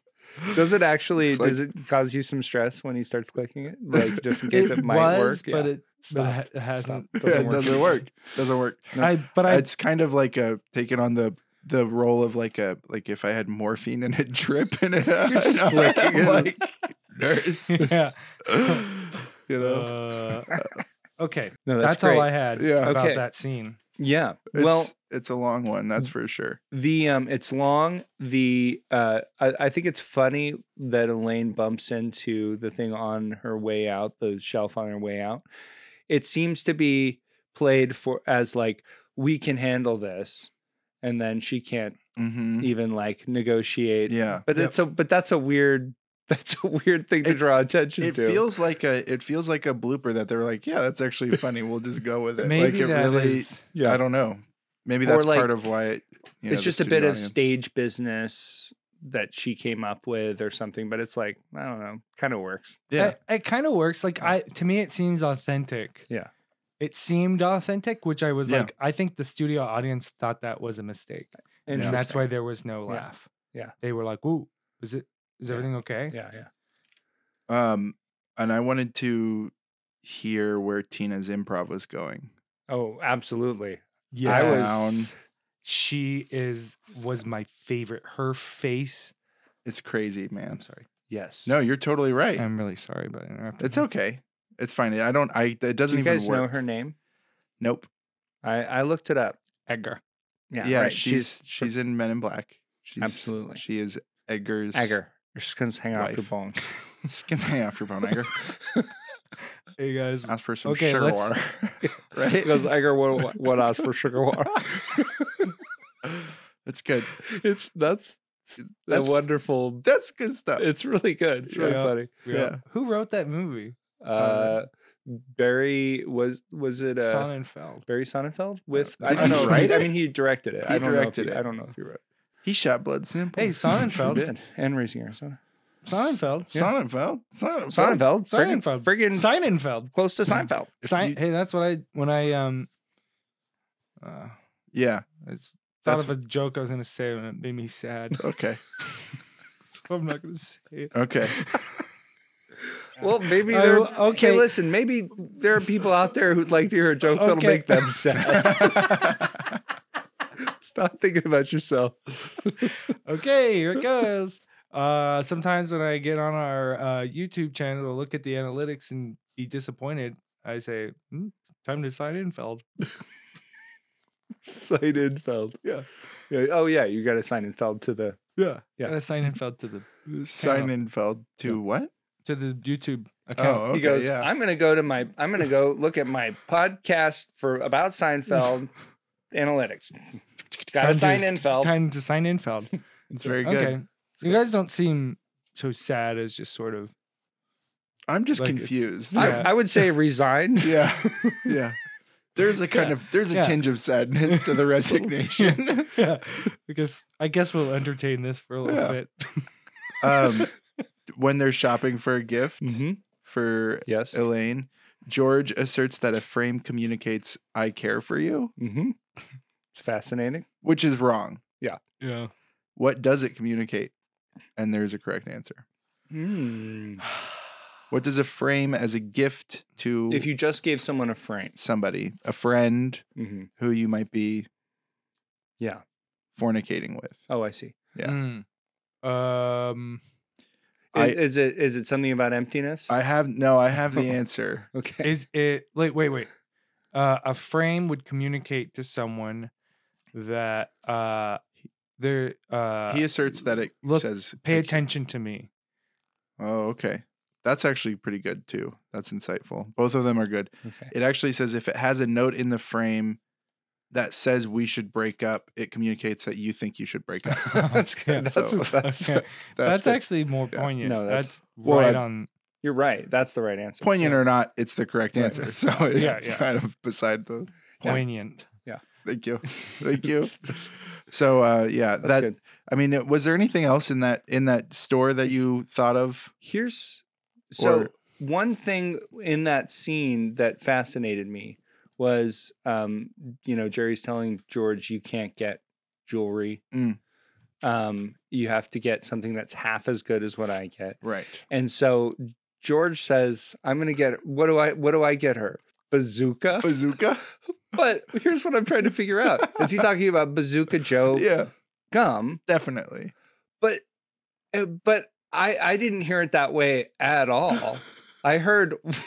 A: Does it actually
B: It's like-
A: does it cause you some stress when he starts clicking it? Like just in case it, might work.
C: but
A: Yeah.
C: it but it ha- it
A: Stop.
C: hasn't.
B: Yeah, it doesn't work. Doesn't work.
C: I but I
B: it's kind of like a taking on the the role of like a like if I had morphine and a drip in it. You're
A: just clicking it.
B: like nurse.
C: yeah.
B: you know.
C: Uh, okay,
A: no, that's,
C: that's, all I had
B: Yeah.
C: about
A: Okay.
C: that scene.
A: Yeah.
B: It's,
A: well,
B: it's a long one, that's for sure.
A: the um it's long. The uh I, I think it's funny that Elaine bumps into the thing on her way out, the shelf on her way out. It seems to be played for as like we can handle this and then she can't
B: hmm
A: even like negotiate
B: Yeah.
A: But
C: Yep.
A: it's a but that's a weird that's a weird thing to
B: It-
A: draw attention
B: It
A: to.
B: feels like a it feels like a blooper that they're like, yeah, that's actually funny. We'll just go with it. like
C: Maybe
B: it
C: that is
B: really I don't know. Maybe
A: Or
B: that's
A: like-
B: part of why it, you know,
A: it's
B: the
A: just a
B: studio
A: bit of
B: audience-
A: stage business that she came up with or something. But it's like I don't know, kind of works.
B: Yeah.
C: It, it kind of works. Like I, to me, it seems authentic.
A: Yeah.
C: It seemed authentic, which I was
B: Yeah.
C: like, I think the studio audience thought that was a mistake, and that's
A: Interesting.
C: why there was no
A: Yeah.
C: laugh.
A: Yeah.
C: They were like, "Ooh, is it? Is
A: Yeah.
C: everything okay?"
A: Yeah, yeah.
B: Um and I wanted to hear where Tina's improv was going.
A: Oh, absolutely.
C: Yeah.
A: I
B: was-
C: She is was my favorite. Her face.
B: It's crazy, man.
C: I'm sorry.
A: Yes.
B: No, you're totally right.
C: I'm really sorry about interrupting.
B: It's
C: you.
B: okay. It's fine. I don't. I. It
A: Do
B: doesn't
A: you
B: even
A: guys
B: work.
A: know her name?
B: Nope.
A: I I looked it up.
C: Edgar.
A: Yeah,
B: Yeah.
A: right.
B: She's she's in Men in Black. She's,
A: Absolutely.
B: She is Edgar's
A: Egger. Your skin's hang off your
B: wife.
A: bones.
B: Skins hang off your bone, Edgar.
C: Hey guys.
B: Ask for some
C: Okay,
B: sugar
C: let's-
B: water, right?
A: Because Egger would, would ask for sugar water.
B: That's good.
A: it's that's,
B: That's-
A: a wonderful.
B: That's good stuff.
A: It's really good. It's really
B: Yeah.
A: funny.
B: yeah.
C: Who wrote that movie?
A: Uh, Barry was was it uh,
C: Sonnenfeld.
A: Barry Sonnenfeld with
B: Did
A: I don't
B: he
A: know. if
B: write
A: Uh, he, I
B: it?
A: mean, he directed it.
B: He
A: I don't
B: directed
A: know if he,
B: it.
A: I don't know if he wrote.
B: He shot Blood Simple.
C: Hey, Sonnenfeld.
A: He did. And Raising Arizona.
C: Sonnenfeld.
B: Sonnenfeld. Sonnenfeld.
A: Sonnenfeld. Friggin',
C: Sonnenfeld.
A: friggin'
C: Seinenfeld.
A: close to Seinfeld.
B: If
C: Sein-
B: you-
C: hey, that's what I when I um uh
B: Yeah.
C: I just thought
B: That's
C: of a joke I was gonna say and it made me sad.
B: okay.
C: I'm not gonna say it.
B: Okay.
A: Well, maybe
C: I-
A: there.
C: okay.
A: Oh, okay, listen. Maybe there are people out there who'd like to hear a joke that'll
C: Okay.
A: make them sad. Stop thinking about yourself.
C: Okay, here it goes. Uh sometimes when I get on our uh YouTube channel to look at the analytics and be disappointed, I say, hmm, time to Seinenfeld.
A: Seinfeld.
C: Yeah.
A: yeah. Oh yeah, you got to Seinfeld to the
B: Yeah.
A: Yeah.
C: Gotta sign Seinfeld to the
B: Seinenfeld to what?
C: to the YouTube account.
B: Oh, okay,
A: he goes,
B: yeah.
A: I'm going to go to my, I'm going to go look at my podcast for about Seinfeld analytics. Got to sign in, Feld.
C: Time to sign Infeld.
B: It's very good.
C: You guys don't seem so sad as just sort of
B: I'm just
C: Like, it's-
B: confused.
A: I,
C: Yeah.
A: I would say resign.
B: yeah. yeah. There's a kind
C: Yeah.
B: of there's a
C: Yeah.
B: tinge of sadness to the resignation.
C: yeah. Because I guess we'll entertain this for a little
B: Yeah.
C: bit.
B: um when they're shopping for a gift
A: Mm-hmm.
B: for
A: Yes.
B: Elaine, George asserts that a frame communicates I care for you,
A: Mm-hmm. It's fascinating.
B: which is wrong.
C: Yeah.
B: What does it communicate? And there's a correct answer. Hmm. What does a frame as a gift to
A: If you just gave someone a frame.
B: somebody, a friend
A: Mm-hmm.
B: who you might be
A: Yeah.
B: fornicating with?
A: Oh, I see.
C: Mm. Um.
A: Is,
B: I-
A: is it is it something about emptiness?
B: I have no, I have
C: Uh,
B: the answer.
A: okay.
C: Is it like wait wait? Uh, a frame would communicate to someone that uh, they're uh,
B: he asserts that it
C: look,
B: says
C: pay attention to me.
B: Oh, okay. That's actually pretty good too. That's insightful. Both of them are good.
A: okay.
B: It actually says if it has a note in the frame that says we should break up, it communicates that you think you should break up.
A: That's good.
B: Yeah,
A: That's-
B: so-
A: that's-
C: Okay. That's,
B: good.
C: actually more
B: Yeah.
C: poignant.
A: No, that's-
C: that's,
B: Well,
C: right
B: I-
C: on.
A: You're right. That's the right answer.
B: poignant or not, it's the correct
A: Right.
B: answer. So it's
C: Yeah, yeah.
B: kind of beside the Yeah.
C: Poignant.
B: thank you. Thank you. So uh yeah,
A: That's
B: that
A: good.
B: I mean it, was there anything else in that in that store that you thought of?
A: Here's so
B: Or-
A: one thing in that scene that fascinated me was um, you know, Jerry's telling George you can't get jewelry.
B: Mm.
A: Um, you have to get something that's half as good as what I get.
B: Right.
A: And so George says, I'm gonna get what do I what do I get her? Bazooka?
B: Bazooka?
A: But here's what I'm trying to figure out. Is he talking about Bazooka Joe
B: yeah,
A: gum?
B: definitely.
A: But uh, but I I didn't hear it that way at all. I heard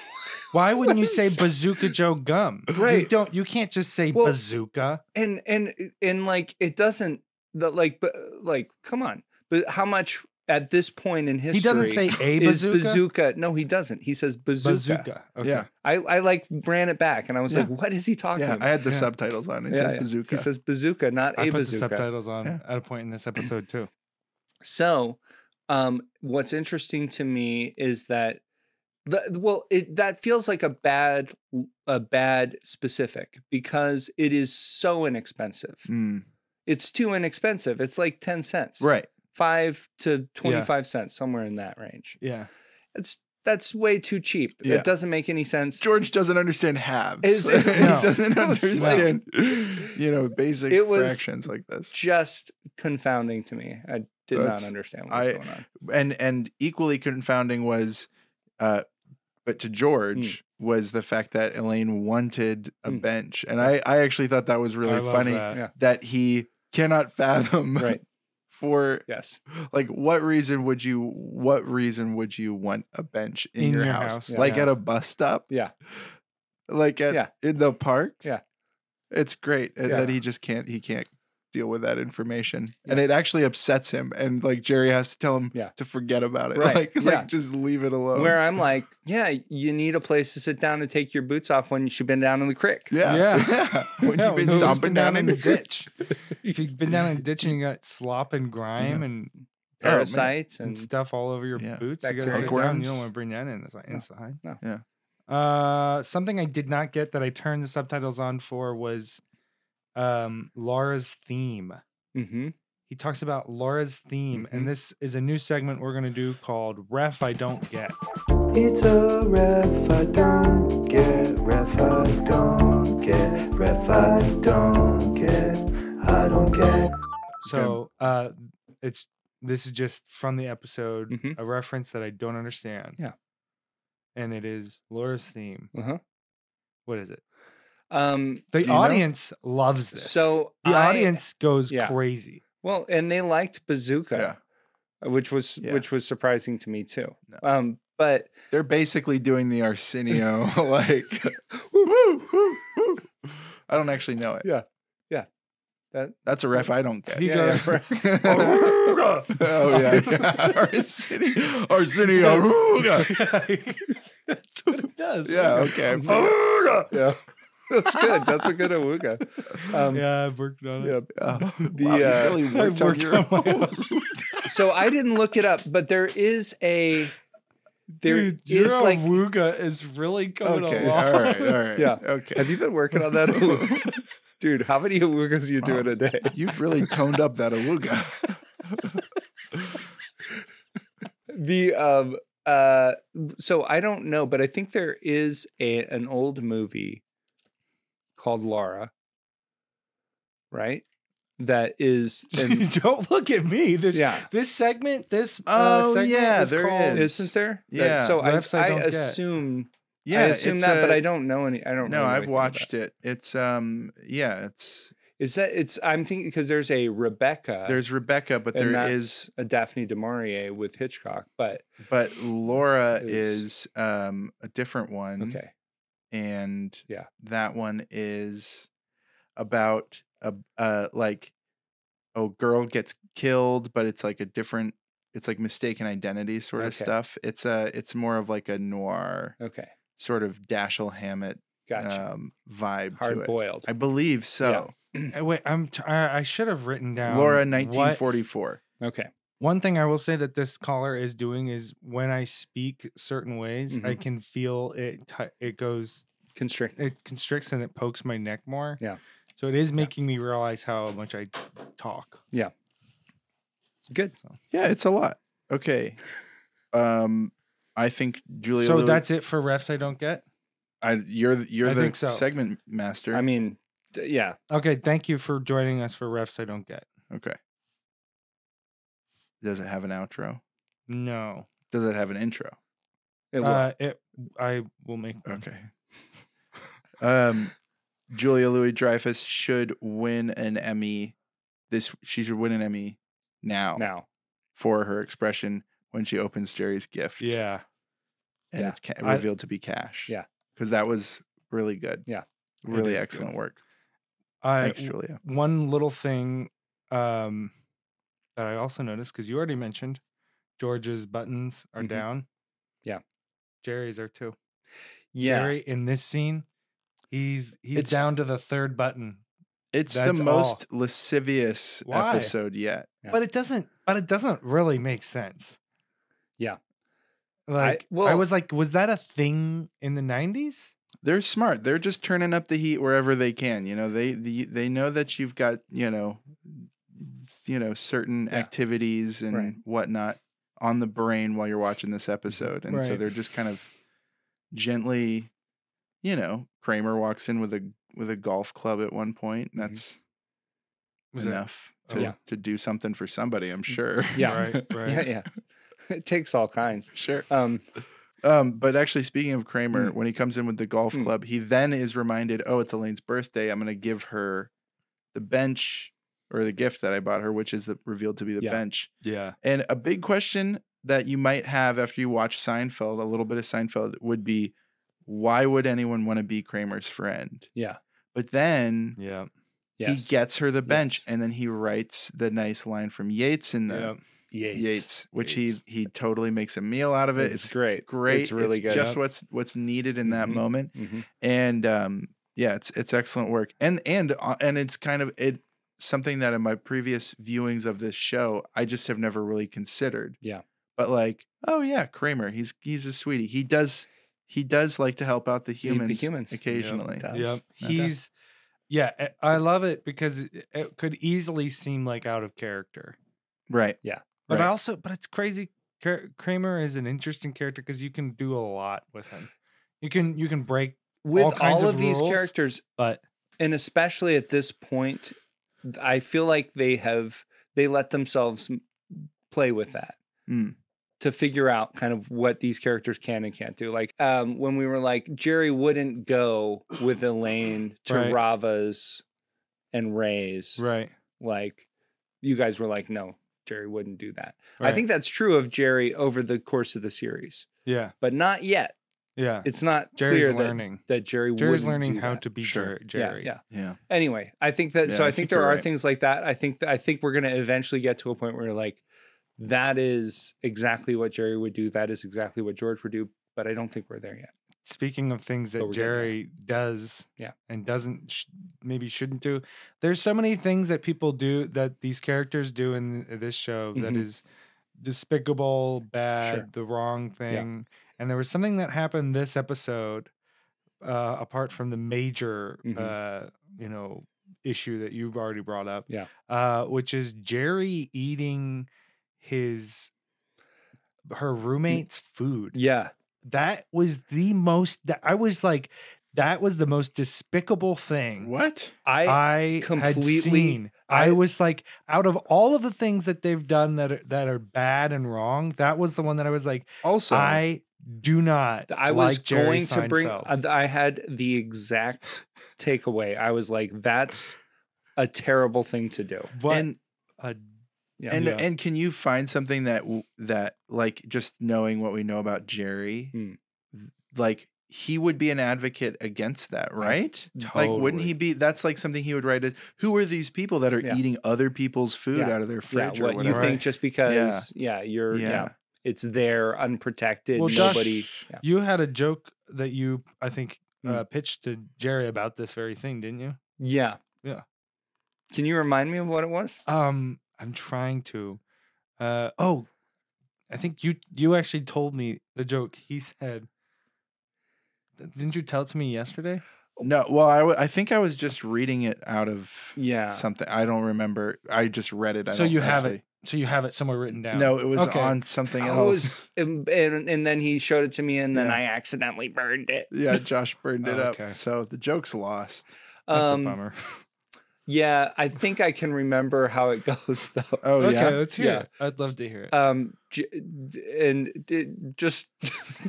C: Why wouldn't you say Bazooka Joe Gum? You
A: Right.
C: don't. You can't just say
A: Well-
C: Bazooka.
A: and and and like it doesn't that like but like come on. But how much at this point in history
C: He doesn't say a
A: is
C: bazooka.
A: bazooka? No, he doesn't. He says bazooka.
C: Bazooka. Okay.
B: Yeah.
A: I, I like ran it back and I was like, what is he talking
B: Yeah,
A: about?
B: I had the
C: Yeah. uh,
B: subtitles on. It
A: Yeah,
B: says
A: yeah.
B: bazooka.
A: He says bazooka, not a
C: I put the
A: bazooka.
C: subtitles on
B: Yeah.
C: at a point in this episode too.
A: So, um, what's interesting to me is that, the, well, it that feels like a bad a bad specific because it is so inexpensive.
B: Mm,
A: It's too inexpensive. It's like ten cents,
B: right.
A: Five to twenty five cents, somewhere in that range.
C: Yeah.
A: It's that's way too cheap.
B: Yeah.
A: It doesn't make any sense.
B: George doesn't understand halves.
A: Is it-
B: he
C: No.
B: doesn't
A: No, it's
C: like-
B: understand, you know, basic
A: It was-
B: fractions like this.
A: Just confounding to me. I did
B: That's-
A: not understand what was
B: I-
A: going on.
B: And and equally confounding was, uh, but to George
A: Hmm.
B: was the fact that Elaine wanted a
A: Mm.
B: bench, and I I actually thought that was
C: I
B: really
C: love
B: funny that.
C: that.
A: Yeah.
B: he cannot fathom
A: Right.
B: for
A: Yes.
B: like what reason would you what reason would you want a bench in, your, house,
C: yeah.
B: like
C: Yeah.
B: at a bus stop
A: Yeah.
B: like at
A: Yeah.
B: in the park
A: Yeah.
B: it's great and
A: Yeah.
B: that he just can't he can't deal with that information and it actually upsets him and like jerry has to tell him
A: Yeah.
B: to forget about it
A: Right.
B: like
A: Yeah.
B: like just leave it alone
A: Where I'm like, yeah, you need a place to sit down and take your boots off when you've been down in the creek.
B: yeah
C: Yeah.
B: when
C: Yeah,
B: you've been
C: who's
B: stomping
C: been
B: down, in the ditch
C: if you've been down in a ditch and you got slop and grime
B: Yeah.
C: and,
B: Oh, man.
A: Parasites
C: and
A: and
C: stuff all over your
B: Yeah.
C: boots, you gotta
A: Bacteria.
C: sit down. You
B: Bookworms.
C: don't want to bring that in inside. inside.
A: No.
B: Yeah.
C: Uh, something I did not get that I turned the subtitles on for was um, Laura's theme.
A: hmm
C: He talks about Laura's theme,
B: Mm-hmm.
C: and this is a new segment we're gonna do called "Ref I Don't Get."
D: It's a ref I don't get, ref I don't get, ref I don't get, I don't get.
C: So uh it's this is just from the episode
A: Mhm.
C: a reference that I don't understand.
A: Yeah.
C: And it is Laura's theme.
A: Uh-huh.
C: What is it?
A: Um,
C: The
B: you know?
C: audience loves this.
A: so
C: the
A: I-
C: audience goes
A: yeah.
C: crazy.
A: well, and they liked
B: yeah
A: Bazooka, which was
B: Yeah.
A: which was surprising to me too.
B: No.
A: Um, but
B: they're basically doing the arsenio like woo, woo, woo, woo. i don't actually know it
A: Yeah. Yeah. That
B: That's a ref I don't get.
C: He
A: Yeah,
C: goes,
A: yeah,
B: oh yeah, yeah. Arsenio, Arsenio Aruga.
C: That's what it does.
B: Yeah, okay. I forgot.
A: Awooga! Yeah, that's good. That's a good awooga. Um, yeah.
C: Yeah, I've worked on it.
B: Yeah.
A: The,
B: wow, you
A: uh,
B: really
C: I've worked
B: worked, on,
C: on
B: your
C: my
B: own.
A: So I didn't look it up, but there is a there is
C: Dude, your
A: like.
C: awooga is really coming
B: Okay,
C: along.
B: all right, all right.
A: Yeah.
B: Okay.
A: Have you been working on that, dude? How many awoogas you doing a day?
B: You've really toned up that awooga.
A: the um uh so i don't know but i think there is a an old movie called laura right that is and
C: Don't look at me. This
A: yeah
C: this segment, this uh,
B: Oh,
C: segment
B: yeah,
C: is
B: there
C: called,
B: is.
A: isn't there That-
B: Yeah,
A: so i,
C: refs I
A: I,
C: don't get.
A: assume
B: Yeah,
A: i assume
B: it's
A: that but
B: a-
A: i don't know any i don't
B: No,
A: know
B: I've
A: anything about
B: watched it. It's um, yeah, it's
A: it. is that it's i'm thinking because there's a rebecca
B: there's Rebecca, but
A: and
B: there
A: that's
B: is,
A: a daphne du maurier with hitchcock but
B: but Laura
A: is-
B: is um a different one.
A: okay
B: and
A: Yeah.
B: that one is about a uh like a girl gets killed, but it's like a different, it's like mistaken identity sort of
A: Okay.
B: stuff. It's a, it's more of like a noir
A: okay
B: sort of Dashiell Hammett
A: gotcha
B: um vibe to
A: hard
B: it.
A: boiled
B: I believe so.
C: Uh, Wait, I'm t- I, I should have written
A: Um,
C: down
B: Laura,
C: what-
B: 1944.
A: okay
C: One thing I will say that this caller is doing is when I speak certain ways,
B: Mm-hmm.
C: I can feel it. T- it goes,
A: constrict
C: it constricts and it pokes my neck more.
A: Yeah.
C: So it is making me realize how much I talk.
A: good
B: Yeah, it's a lot. Okay. Um, I think Julia.
C: so
B: Louis-
C: that's it for refs. I don't get.
B: I, you're th- you're
C: I
B: the
C: think so.
B: segment master.
A: I mean, d- yeah.
C: Okay, thank you for joining us for refs. I don't get.
B: okay. Does it have an outro?
C: No.
B: Does it have an intro?
A: It will.
C: Uh, it. I will make. one.
B: Okay. um, Julia Louis Dreyfus should win an Emmy. This she should win an Emmy now,
A: now.
B: for her expression when she opens Jerry's gift.
C: Yeah.
B: and
A: Yeah.
B: it's ca-
C: I-
B: revealed to be cash.
A: Yeah.
B: because that was really good.
A: Yeah.
C: It
B: really
C: is
B: excellent
C: good.
B: work.
C: I,
B: Thanks, Julia.
C: one little thing um, that I also noticed because you already mentioned George's buttons are
A: Mhm.
C: down.
A: Yeah.
C: Jerry's are too.
A: Yeah.
C: Jerry in this scene, he's he's
B: It's-
C: down to the third button,
B: It's
C: That's
B: the
C: all.
B: most lascivious
C: Why?
B: episode yet.
A: Yeah.
C: but it doesn't. But it doesn't really make sense.
A: Yeah.
C: Like I,
A: well-
C: was like, was that a thing in the nineties?
B: They're smart. They're just turning up the heat wherever they can. You know, they the, they know that you've got you know, you know certain
A: Yeah.
B: activities and
A: Right.
B: whatnot on the brain while you're watching this episode, and so
C: Right.
B: they're just kind of gently, you know, Kramer walks in with a with a golf club at one point.
A: Mhm.
B: That's enough
C: oh.
B: to,
A: Yeah. Mm-hmm.
B: to do something for somebody. I'm sure.
A: Yeah.
C: Right. Right.
A: Yeah. Yeah. it takes all kinds.
B: sure.
A: Um,
B: Um, but actually, speaking of Kramer,
A: Mm.
B: when he comes in with the golf
A: Mm.
B: club, he then is reminded, "Oh, it's Elaine's birthday. I'm going to give her the bench or the gift that I bought her, which is the, revealed to be the
A: Yeah.
B: bench."
C: Yeah.
B: And a big question that you might have after you watch Seinfeld, a little bit of Seinfeld, would be, "Why would anyone want to be Kramer's friend?"
A: Yeah.
B: But then
C: Yeah.
A: yes.
B: he gets her the bench,
A: Yes.
B: and then he writes the nice line from Yates in the
C: Yeah.
A: Yates.
B: Yates, which
A: Yates.
B: he he totally makes a meal out of it. It's
A: great.
B: great.
A: It's really good.
B: Just what's what's needed in that
A: Mhm.
B: moment,
A: Mhm.
B: and um, yeah, it's it's excellent work. And and uh, and it's kind of it something that in my previous viewings of this show, I just have never really considered.
A: Yeah.
B: But like, oh yeah, Kramer, he's he's a sweetie. He does he does like to help out the
A: the
B: humans,
A: humans. Yep,
B: occasionally.
A: does.
C: Yep.
B: Yeah.
C: He's yeah, I- I love it because it- it could easily seem like out of character.
B: Right.
C: But
A: Right.
C: I also but it's crazy Kra- Kramer is an interesting character cuz you can do a lot with him. You can you can break
A: With
C: all
A: all,
C: kinds
A: of
C: of
A: these
C: rules.
A: characters,
C: but
A: and especially at this point, th- I feel like they have they let themselves m- play with that.
B: Mm.
A: To figure out kind of what these characters can and can't do. Like um, when we were like, Jerry wouldn't go with Elaine to
C: Right.
A: Rava's and Ray's.
C: right.
A: like you guys were like no jerry wouldn't do that i think that's true of jerry over the course of the series
C: yeah.
A: but not yet
C: Yeah.
A: It's not
C: Jerry's
A: clear that-
C: learning.
A: that, Jerry
C: Jerry's
A: wouldn't
C: learning
A: do
C: how
A: that.
C: to be
B: Sure.
C: Jer- Jerry.
A: Yeah, yeah.
B: Yeah.
A: Anyway, I think that. so
B: Yeah,
A: I,
B: I
A: think,
B: think
A: there
B: you're
A: are
B: right.
A: things like that. I think that, I think we're going to eventually get to a point where like that is exactly what Jerry would do. That is exactly what George would do. But I don't think we're there yet.
C: Speaking of things
A: But
C: that
A: we're getting there.
C: Jerry does
A: Yeah.
C: and doesn't, sh- maybe shouldn't do, there's so many things that people do that these characters do in this show that
A: Mhm.
C: is despicable, bad,
A: Sure.
C: the wrong thing. And there was something that happened this episode, uh, apart from the major,
A: Mhm.
C: uh, you know, issue that you've already brought up,
A: Yeah.
C: uh, which is Jerry eating his her roommate's food
A: Yeah,
C: that was the most that I was like that was the most despicable thing
B: What?
A: I,
C: I
A: completely-
C: completely had seen. I,
A: I-
C: was like out of all of the things that they've done that are, that are bad and wrong, that was the one that I was like
B: Also,
C: I do not
A: I was
C: like Jerry
A: going to bring.
C: Seinfeld.
A: I I had the exact takeaway. I was like, that's a terrible thing to do.
C: what
B: and
C: a
A: Yeah.
B: and
C: Yeah.
B: and can you find something that w- that like just knowing what we know about Jerry,
A: Hmm.
B: th- like he would be an advocate against that, right? Like, wouldn't he
C: totally.
B: be? That's like something he would write. As, who are these people that are
A: Yeah.
B: eating other people's food
A: Yeah.
B: out of their
A: yeah,
B: fridge or
A: what you
B: whatever?
C: Right.
A: think just because yeah, you're yeah.
B: Yeah.
A: it's there unprotected
C: Well, Josh,
A: nobody yeah.
C: You had a joke that you I think
A: Mm.
C: uh, pitched to Jerry about this very thing, didn't you?
A: yeah
C: Yeah.
A: can you remind me of what it was
C: Um, I'm trying to. Uh oh, I think you you actually told me the joke. He said, Th- "Didn't you tell it to me yesterday?"
B: No, well, I, w- I think I was just reading it out of
A: yeah
B: something. I don't remember. I just read it. I
C: so
B: don't
C: you have
B: actually-
C: it. So you have it somewhere written down.
B: No, it was
C: Okay.
B: on something
A: I
B: else.
A: was- and, and and then he showed it to me and then
B: Yeah.
A: i accidentally burned it
B: yeah, Josh burned it
C: Oh,
B: up.
C: okay.
B: So the joke's lost.
C: that's
A: Um,
C: a bummer.
A: yeah i think i can remember how it goes though
B: Oh
C: okay,
B: yeah.
C: let's hear
A: yeah.
C: it. I'd love to hear it.
A: um j- and it- just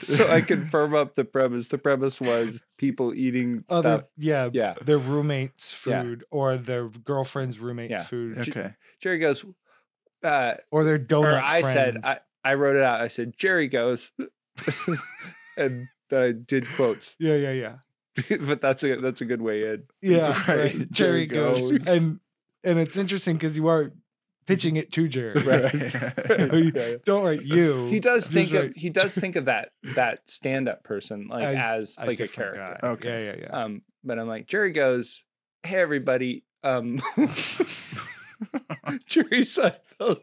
A: so i can firm up the premise the premise was people eating
C: Other,
A: stuff
C: yeah,
A: yeah
C: their roommate's
A: Yeah.
C: food, or their girlfriend's roommate's
A: Yeah.
C: food,
B: Okay.
A: jerry goes uh
C: or their donut.
A: or I said,
C: friends.
A: I, I wrote it out. I said, Jerry goes, and then I did quotes,
C: yeah, yeah, yeah.
A: but that's a that's a good way in.
C: Yeah,
B: Right.
C: right. Jerry
B: Jerry
C: goes.
B: goes.
C: and and it's interesting because you are pitching it to Jerry.
A: Right.
C: You-
A: Yeah.
C: Don't write you.
A: He does
C: He's
A: think
C: right.
A: of he does think of that that stand up person like as,
C: As
A: like a
C: different
A: character.
C: guy.
B: Okay.
C: Yeah, yeah, yeah.
A: Um, but I'm like Jerry goes, hey everybody, um, Jerry Seinfeld.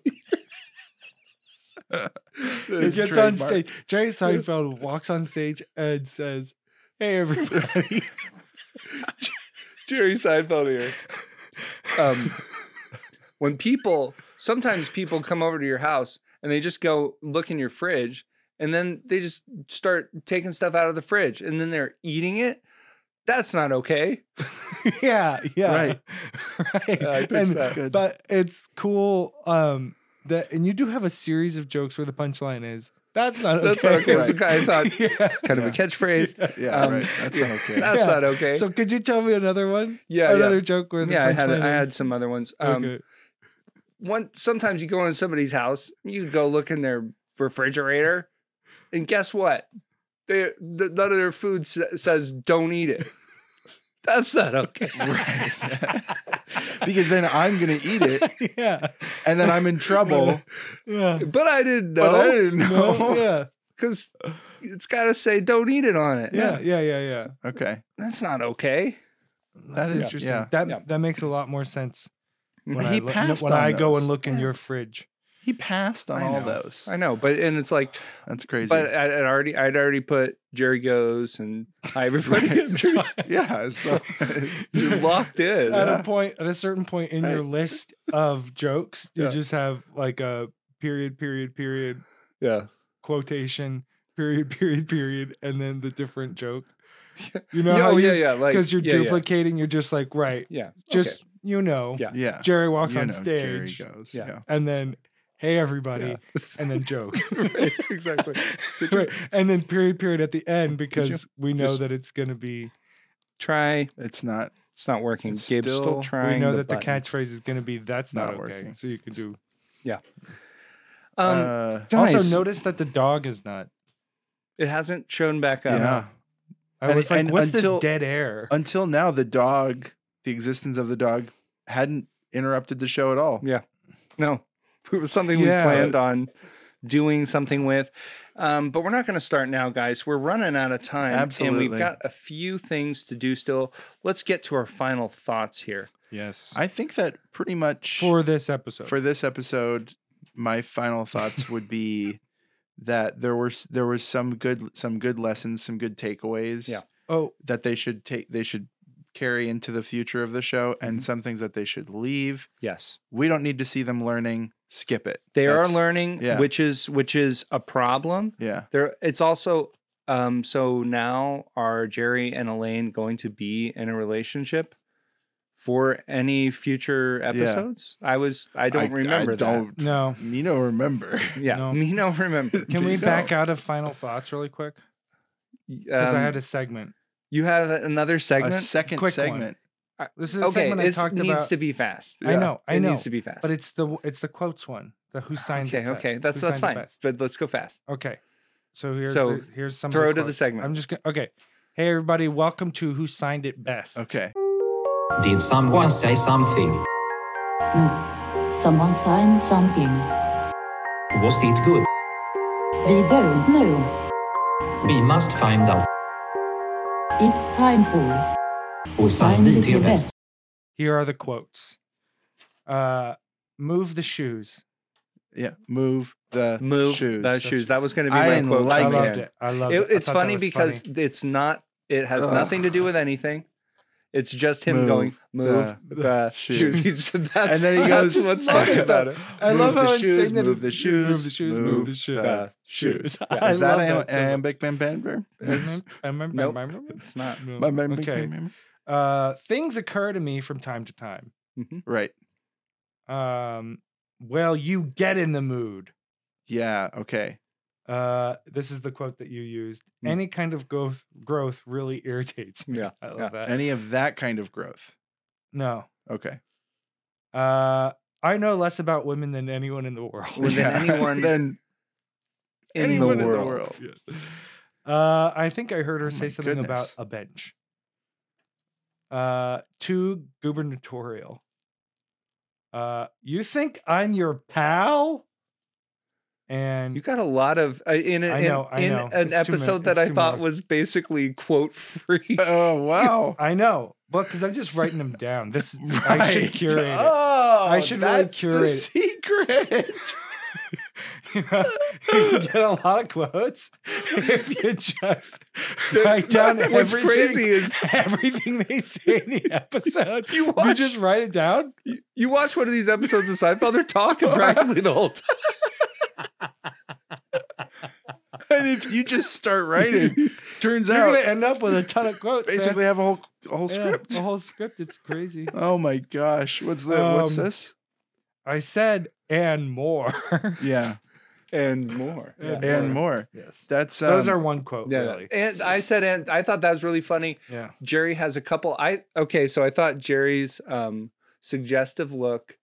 C: he
B: His
C: gets on
B: trademark.
C: stage. Jerry Seinfeld walks on stage and says, "Hey, everybody."
A: Jerry Seinfeld here. Um, when people, sometimes people come over to your house and they just go look in your fridge and then they just start taking stuff out of the fridge and then they're eating it. That's not okay.
C: yeah, yeah,
B: Right.
C: right.
A: Yeah, I pitched
C: and,
A: that.
B: Good.
C: But it's cool um, that, and you do have a series of jokes where the punchline is, "That's not okay."
A: That's not okay. That's the
B: Right.
A: kind I thought,
C: yeah.
A: kind of a catchphrase.
B: Yeah,
A: Um,
B: right. That's not okay.
A: That's
C: Yeah.
A: not okay.
C: So could you tell me another one?
A: yeah,
C: another
A: yeah.
C: joke where the
A: Yeah, I had
C: punchline
A: I had
C: is-
A: some other ones. Um,
C: Okay.
A: one sometimes you go in somebody's house, you go look in their refrigerator, and guess what? They the, none of their food sa- says don't eat it. That's not okay.
B: right. because then I'm gonna eat it,
C: yeah.
B: and then I'm in trouble.
C: Yeah.
A: But I didn't
B: But I
A: know
B: didn't know.
C: No, yeah.
A: because it's got to say don't eat it on it.
C: Yeah. Yeah. Yeah. Yeah.
B: Okay.
A: that's not okay.
C: That's
B: is-
C: interesting.
B: yeah.
C: That
A: Yeah.
C: that makes a lot more sense. When
B: He
C: I, look-
B: passed
C: when
B: on
C: I go
B: those.
C: and look in
B: Yeah.
C: your fridge.
B: He passed on
A: I
B: all
A: know.
B: those.
A: I know, but and it's like,
B: That's crazy.
A: but I, I'd already I'd already put Jerry goes and hi everybody. I'm Jerry.
B: yeah. So
A: You're locked in.
C: At
B: Yeah.
C: a point, at a certain point in your list of jokes, you
A: Yeah.
C: just have like a period, period, period,
A: Yeah,
C: quotation, period, period, period, and then the different joke. You know,
A: yeah,
C: how
A: oh,
C: you,
A: yeah, yeah. Like
C: because you're
A: yeah, yeah,
C: duplicating. You're just like right.
A: Yeah, okay.
C: Just you know,
A: Yeah.
B: yeah.
C: Jerry walks
B: You
C: on
B: know
C: stage,
B: Jerry goes.
A: Yeah.
B: Yeah.
C: and then hey everybody, and then joke.
A: Right, exactly. Did you
C: right. And then period, period at the end because we know
A: just-
C: that it's going to be,
A: Try
B: It's not.
A: It's not working.
B: It's
A: Gabe's still,
B: still- we
A: trying.
C: we know that the
A: button.
C: catchphrase is going to be, that's not,
B: Not
C: okay.
B: working.
C: So you can do.
A: Um,
B: uh,
A: guys,
C: Um, also, notice that the dog is not.
A: It hasn't shown back up.
B: yeah.
C: I
B: And-
C: was like,
B: and
C: what's
B: until-
C: this dead air?
B: Until now, the dog, the existence of the dog, hadn't interrupted the show at all.
A: Yeah. No, it was something
C: Yeah.
A: we planned on doing something with. Um, but we're not going to start now, guys. We're running out of time. And
B: Absolutely.
A: we've got a few things to do still. Let's get to our final thoughts here.
C: yes.
B: I think that pretty much
C: for this episode.
B: for this episode, my final thoughts would be that there were there was some good some good lessons, some good takeaways
A: Yeah.
C: oh,
B: that they should take they should carry into the future of the show, and
A: Mm-hmm.
B: some things that they should leave.
A: Yes.
B: We don't need to see them learning. Skip it.
A: They are
B: That's-
A: learning,
B: yeah.
A: which is which is a problem.
B: Yeah,
A: There it's also um, so now are Jerry and Elaine going to be in a relationship for any future episodes? I was I don't remember
B: I
A: that.
B: don't.
C: no.
B: You know, remember.
A: yeah,
C: No.
A: me don't remember.
C: Can
B: Do
C: we
B: you
C: back
B: know?
C: out of final thoughts really quick? Because I
A: Um,
C: had a segment.
A: You have another segment.
B: A second
C: Quick one.
B: segment.
C: This is a
A: okay,
C: segment I
A: it
C: talked
A: needs
C: about.
A: to be fast.
C: I
B: yeah,
C: know, I
A: it
C: know,
A: needs to be fast.
C: but it's the it's the quotes one. The who signed
A: okay,
C: it best.
A: okay, that's
C: Who
A: that's
C: signed it
A: fine.
C: best.
A: But let's go fast.
C: Okay. So here's
A: So,
C: the, here's some
A: throw
C: of
A: to the
C: the, quotes.
A: segment.
C: I'm just gonna okay. Hey everybody, welcome to Who Signed It Best.
B: Okay.
G: Did someone say something?
H: No. Someone signed something.
G: Was it good?
H: We don't know.
G: We must find out.
H: It's time for
G: Who signed it here best?
C: Here are the quotes. Uh, move the shoes.
B: Yeah. Move the
A: Move
B: shoes.
A: the shoes. That was going to be
B: I
A: my quote.
B: like
C: I,
A: It-
C: loved
B: it.
C: it. I loved it.
A: It,
C: I
A: it's
C: thought that
A: funny
C: was
A: because it's not. It has
B: Ugh.
A: nothing to do with anything. It's just him
B: Move
A: going move
B: the
A: the,
B: shoes."
A: shoes. He's- that's-
B: and then he
A: that's
B: goes,
A: what's funny about it?
C: I
B: Move
C: love
B: the
C: how it's
B: shoes,
C: saying that
B: move
C: it-
B: the shoes,
C: move the shoes, move the shoe-
B: the
C: shoes.
B: shoes.
C: I
B: Is that, Mm-hmm.
C: love
B: am,
C: that so much.
B: Big Bam Bam Bam?
C: Mhm. I remember.
A: Nope.
C: I remember.
A: It's not.
B: Bam Bam Bam
C: Okay.
B: Bam Bam?
C: Uh, things occur to me from time to time.
B: Right.
C: Um, well, you get in the mood.
B: Yeah. Okay.
C: Uh, this is the quote that you used.
A: Mm.
C: Any kind of growth growth really irritates me.
A: Yeah,
C: I love
A: yeah.
C: that.
B: Any of that kind of growth.
C: no.
B: Okay.
C: Uh, I know less about women than anyone in the world.
A: Well, then anyone
B: then
A: In the
B: anyone in the
A: world.
B: world.
C: Uh, I think I heard her
B: Oh
C: say
B: my
C: something about
B: goodness.
C: a bench. Uh, too gubernatorial. Uh, you think I'm your pal? And
A: You got a lot of uh, in, a,
C: I
A: in,
C: know, I
A: in
C: know. It's
A: an
C: too many-
A: episode that
C: it's
A: I
C: too
A: thought
C: many.
A: was basically quote free.
B: Oh wow.
C: I know, but because I'm just writing them down. This I should
B: Right.
C: curate. it.
B: Oh,
C: I should really
B: that's
C: curate
B: The
C: it.
B: secret.
C: you can get a lot of quotes if you just write down
A: What's
C: everything,
A: crazy is
C: everything they say in the episode.
A: You
C: you
A: watch-
C: just write it down.
A: you- you watch one of these episodes of Seinfeld, they're talking practically the whole time.
B: and if you just start writing, turns
C: You're
B: out
C: gonna end up with a ton of quotes. man.
B: basically have a whole a whole
C: Yeah,
B: script.
C: the whole script. It's crazy.
B: Oh my gosh. What's the what's
C: Um,
B: this?
C: I said and more.
B: Yeah.
A: And more.
C: Yeah.
B: And more.
C: yes,
B: That's um,
C: those are one quote.
A: Yeah.
C: really.
A: And I said, and I thought that was really funny.
C: Yeah.
A: Jerry has a couple. I okay, so I thought Jerry's um suggestive look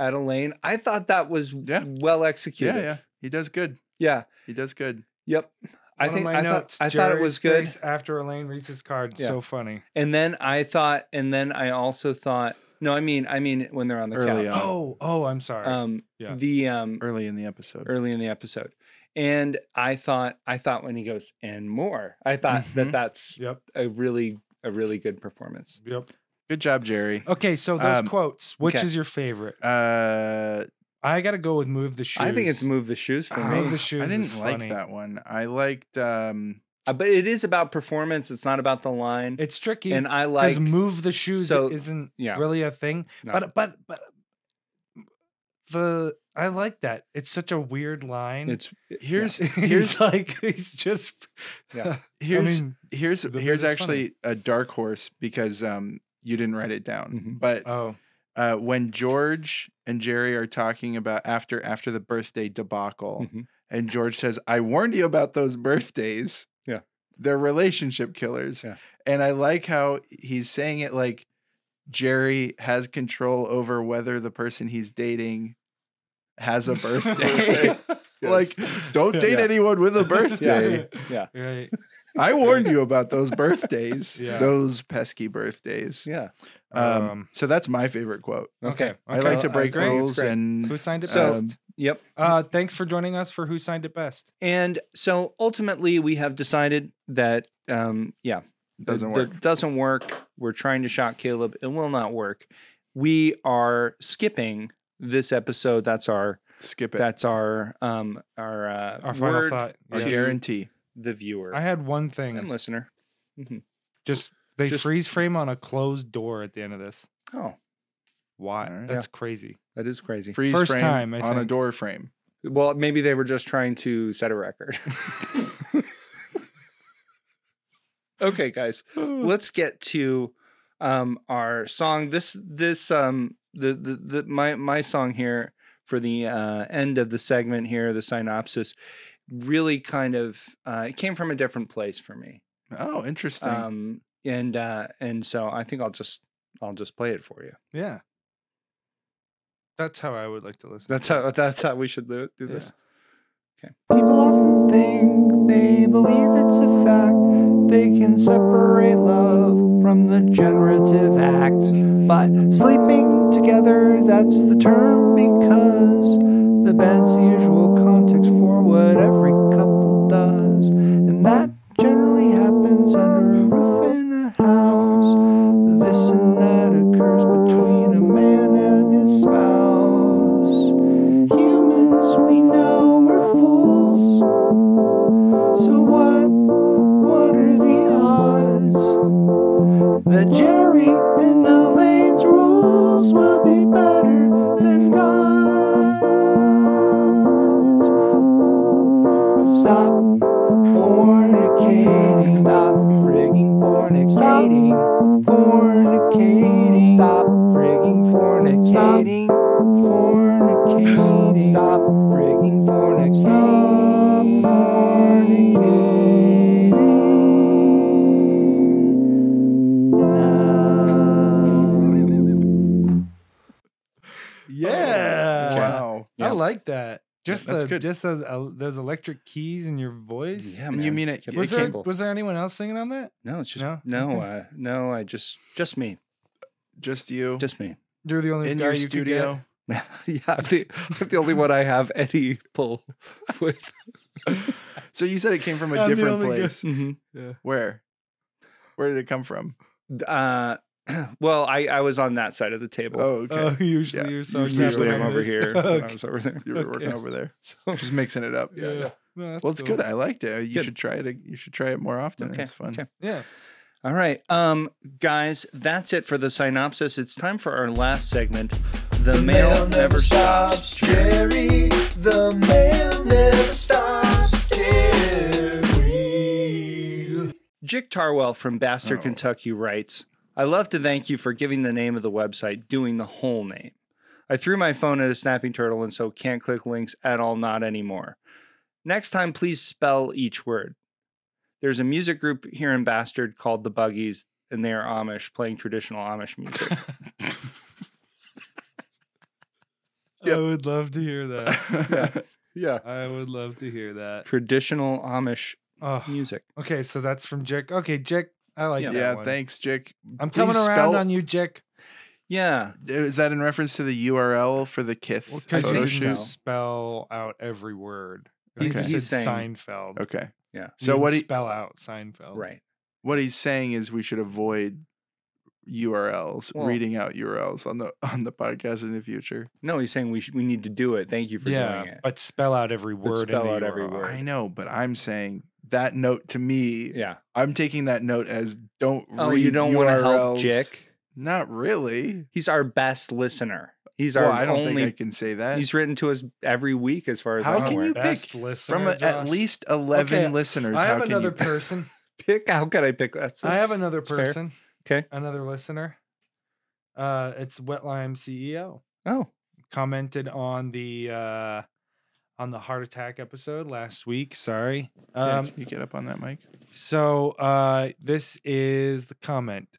A: at Elaine. I thought that was
B: Yeah.
A: well
B: yeah,
A: executed.
B: yeah. He does good.
A: Yeah.
B: He does good.
A: Yep. I
C: One
A: think
C: of my
A: I
C: notes.
A: thought I thought it
C: Jerry's
A: was good.
C: face After Elaine reads his card,
A: Yeah.
C: so funny.
A: And then I thought, and then I also thought. No, I mean, I mean when they're on the
B: Early
A: couch.
B: on.
C: Oh, oh, I'm sorry.
A: Um,
C: Yeah.
A: the um
B: Early in the episode.
A: early in the episode, and I thought, I thought when he goes and more, I thought
B: Mhm.
C: Mm-hmm.
A: that that's
C: yep,
A: a really a really good performance.
C: yep.
B: Good job, Jerry.
C: Okay, so those
B: Um,
C: quotes. Which
A: okay.
C: is your favorite?
B: Uh
C: I gotta go with move the shoes.
A: I think it's move the shoes for
C: Move
A: me,
C: the shoes.
B: I
C: Oh, is
B: didn't like
C: funny.
B: that one. I liked um
A: Uh, but it is about performance. It's not about the line.
C: It's tricky
A: and I
C: because
A: like
C: move the shoes
A: so-
C: isn't
A: yeah.
C: really a thing.
A: No.
C: But but but the I like that. It's such a weird line.
A: it's
B: here's
C: he's
B: here's
C: like he's just
A: Yeah.
B: here's
C: I mean,
B: here's
C: the
B: here's
C: bit is funny.
B: actually a dark horse because um you didn't write it down.
A: Mhm.
B: But
C: oh
B: uh, when George and Jerry are talking about after after the birthday
C: Mm-hmm.
B: debacle,
A: Mhm.
B: and George says, "I warned you about those birthdays."
A: Yeah.
B: they're relationship killers.
A: Yeah.
B: And I like how he's saying it like Jerry has control over whether the person he's dating has a birthday.
A: Yes.
B: Like, don't date
A: Yeah.
B: anyone with a birthday.
A: yeah,
C: Right.
B: I warned you about those birthdays,
C: Yeah.
B: those pesky birthdays.
A: yeah.
B: Um,
C: Um,
B: so that's my favorite quote.
A: Okay.
B: I like to
A: I
B: break
A: agree. It's
B: rules
A: great.
B: and
C: Who signed it
B: So-
C: best?
A: Yep.
C: Uh, thanks for joining us for Who Signed It Best.
A: And so ultimately, we have decided that, um, yeah,
B: it doesn't
A: that
B: work.
A: doesn't work. We're trying to shock Caleb. It will not work. We are skipping this episode. That's our
B: Skip it.
A: that's our um our uh,
C: Our final
A: word
C: thought.
B: Our
A: Yes.
B: guarantee.
A: the viewer
C: I had one thing.
A: and listener. Mhm.
C: just they
A: Just-
C: freeze frame on a closed door at the end of this.
A: Oh,
C: Why?
B: Alright.
C: That's crazy.
A: that is crazy.
B: Freeze
C: First
B: frame
C: time, I
B: on a
C: think.
B: door frame.
A: Well, maybe they were just trying to set a record. okay, guys, let's get to um, our song. This this um the, the the my my song here for the uh, end of the segment here, the synopsis, really kind of uh, it came from a different place for me.
B: Oh, interesting.
A: Um, and uh, and so I think I'll just I'll just play it for you.
C: Yeah. That's how I would like to listen.
A: That's
C: to it.
A: how that's how we should do, do
C: Yeah.
A: this.
D: People often think they believe it's a fact. They can separate love from the generative act. But sleeping together, that's the term because the bed's the usual context for what every couple does. And that generally happens under a roof in a house. This and that occurs between a man and his spouse. Humans we know are fools. So what? What are the odds that Jerry and Elaine's rules will be better than God's? Stop fornicating. Stop frigging fornicating. Stop fornicating. Stop frigging fornicating. Fornicating. Stop frigging fornicating. Stop fornicating.
C: Yeah.
B: wow.
C: I like that. Just
B: that's
C: the
B: good.
C: just those, uh, those electric keys in your voice.
A: Yeah,
B: And you mean it-
A: Kept
B: it
C: Was there
A: simple.
C: was there anyone else singing on that?
A: No, it's just
C: No?
A: no, uh, no. I just just me,
B: Just you
A: just me.
C: You're the only
B: in
C: guy
B: your
C: you could get.
B: studio.
A: yeah, I'm the, I'm the only one I have any pull with.
B: So you said it came from a
C: I'm the
B: different
C: only guy.
B: place. Where? Where did it come from?
A: Uh, well, I, I was on that side of the table.
B: Oh, okay.
C: Oh, usually
B: Yeah.
C: you're so
A: Usually I'm
C: behind
A: over
C: this.
A: here. when I
C: Okay.
A: was over there.
B: you were working over there.
A: So,
B: Just mixing it up.
C: Yeah. No, that's
B: Well, it's
C: cool.
B: good. I liked it. You
A: Good.
B: should try it. You should try it more often.
A: okay,
B: It's fun.
A: okay.
C: Yeah.
A: All right, um, guys, that's it for the synopsis. It's time for our last segment. The, mail, never stops.
D: Jerry. The mail never stops, Jerry.
A: Jick Tarwell from Baxter,
B: Oh.
A: Kentucky writes I love to thank you for giving the name of the website, doing the whole name. I threw my phone at a snapping turtle and so can't click links at all, not anymore. Next time, please spell each word. There's a music group here in Bastard called The Buggies, and they are Amish, playing traditional Amish music.
C: I would love to hear that.
A: yeah.
C: I would love to hear that.
A: Traditional Amish
C: Oh,
A: music.
C: okay, so that's from Jick. Okay, Jick, I like
A: Yeah.
B: yeah,
C: that one.
B: thanks, Jake.
C: I'm
B: Please
C: coming around
B: spell-
C: on you, Jick.
A: Yeah.
B: Is that in reference to the URL for the Kith
C: Because
A: I
C: you
B: photo
A: think
C: didn't
B: shoot?
A: so.
C: spell out every word.
A: He-
C: You
B: Okay.
A: He's
C: said
A: saying-
C: Seinfeld.
B: Okay.
A: Yeah.
C: You
B: So
C: didn't
B: what he
C: spell out Seinfeld?
A: Right.
B: what he's saying is we should avoid URLs,
A: Well-
B: reading out URLs on the on the podcast in the future.
A: No, he's saying we, sh- we need to do it. Thank you for
C: Yeah,
A: doing it.
C: but spell out every word.
A: spell
C: in the
A: out every
C: URL.
A: word.
B: I know, but I'm saying that note to me,
A: yeah.
B: I'm taking that note as don't
A: Oh,
B: read
A: you don't want to help
B: URLs.
A: Jick?
B: Not really.
A: He's our best listener. He's our
B: Well, I don't
A: only.
B: think I can say that.
A: He's written to us every week, as far as
B: How
A: I'm
B: can
A: aware.
B: you
C: Best
B: pick
C: listener,
B: From a, at
C: Josh.
B: least 11
C: Okay,
B: listeners,
C: I
B: how
C: have
B: can
C: another
B: you
C: person.
A: pick? How can I pick? That's,
C: I have
A: that's
C: another
A: fair.
C: person.
A: Okay.
C: Another listener. Uh, it's Wet Lime CEO
A: Oh,
C: commented on the uh, on the heart attack episode last week. Sorry. Um,
B: Yeah, can you get up on that mic?
C: So uh, this is the comment.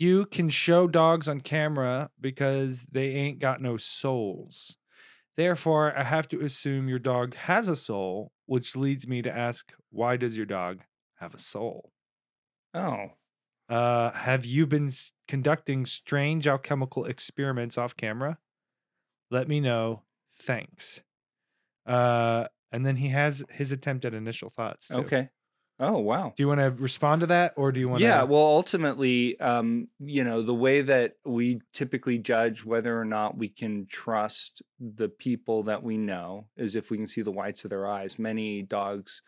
C: You can show dogs on camera because they ain't got no souls. Therefore, I have to assume your dog has a soul, which leads me to ask, why does your dog have a soul?
A: Oh,
C: Uh, have you been s- conducting strange alchemical experiments off camera? Let me know. Thanks. Uh, and then he has his attempt at initial thoughts. too.
A: okay. Oh, wow.
C: Do you want to respond to that, or do you want?
A: Yeah,
C: to...
A: well, ultimately, um, you know, the way that we typically judge whether or not we can trust the people that we know is if we can see the whites of their eyes. Many dogs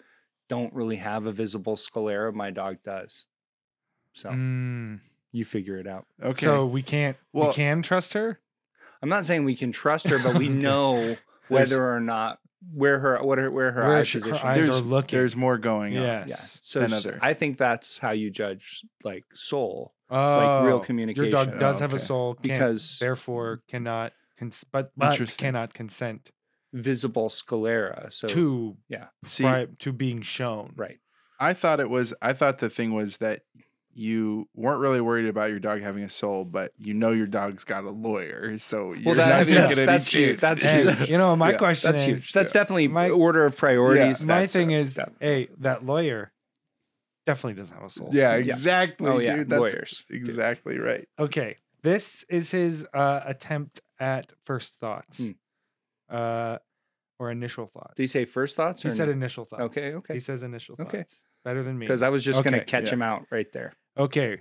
A: don't really have a visible sclera. My dog does. So
C: Mm,
A: you figure it out.
B: Okay.
C: So we can't.
B: Well-
C: we can trust her.
A: I'm not saying we can trust her, but we
C: Okay.
A: know whether or not where her what her where her
C: Where
A: eye
C: she- her
A: position
C: eyes
A: is.
C: are
B: there's
C: looking.
B: there's more going on.
A: Yeah.
C: Yes.
A: So
B: than
A: s-
B: other.
A: I think that's how you judge like soul.
C: Oh,
A: like real
C: Your dog
A: communication.
C: does
B: Oh,
C: have a
B: okay.
C: soul can't-
A: Because-
C: therefore cannot. Cons- but, but
B: Interesting.
C: cannot consent
A: Visible sclera. So
C: to
B: See,
C: pri- to being shown.
A: right.
B: I thought it was I thought the thing was that you weren't really worried about your dog having a soul, but you know your dog's got a lawyer, so
A: that-
B: you're not
A: that's-
B: taking any
A: that's huge.
B: chances.
A: That's
C: And, you know, my
B: Yeah,
C: question
A: That's
C: is.
A: huge. That's definitely
C: My-
A: order of priorities.
C: my
A: That's-
C: thing is,
A: that-
C: hey, that lawyer definitely doesn't have a soul.
B: Yeah, exactly,
A: oh yeah,
B: dude. That's
A: lawyers.
B: exactly right.
C: Okay. This is his uh, attempt at first thoughts,
A: Mm.
C: uh, or initial thoughts.
A: Did he say first thoughts?
C: He
A: Or
C: said initial thoughts.
A: Okay, okay.
C: He says initial thoughts.
A: Okay.
C: Okay. Better than me.
A: because I was just going to
C: Okay,
A: catch
B: yeah.
A: him out right there.
C: Okay.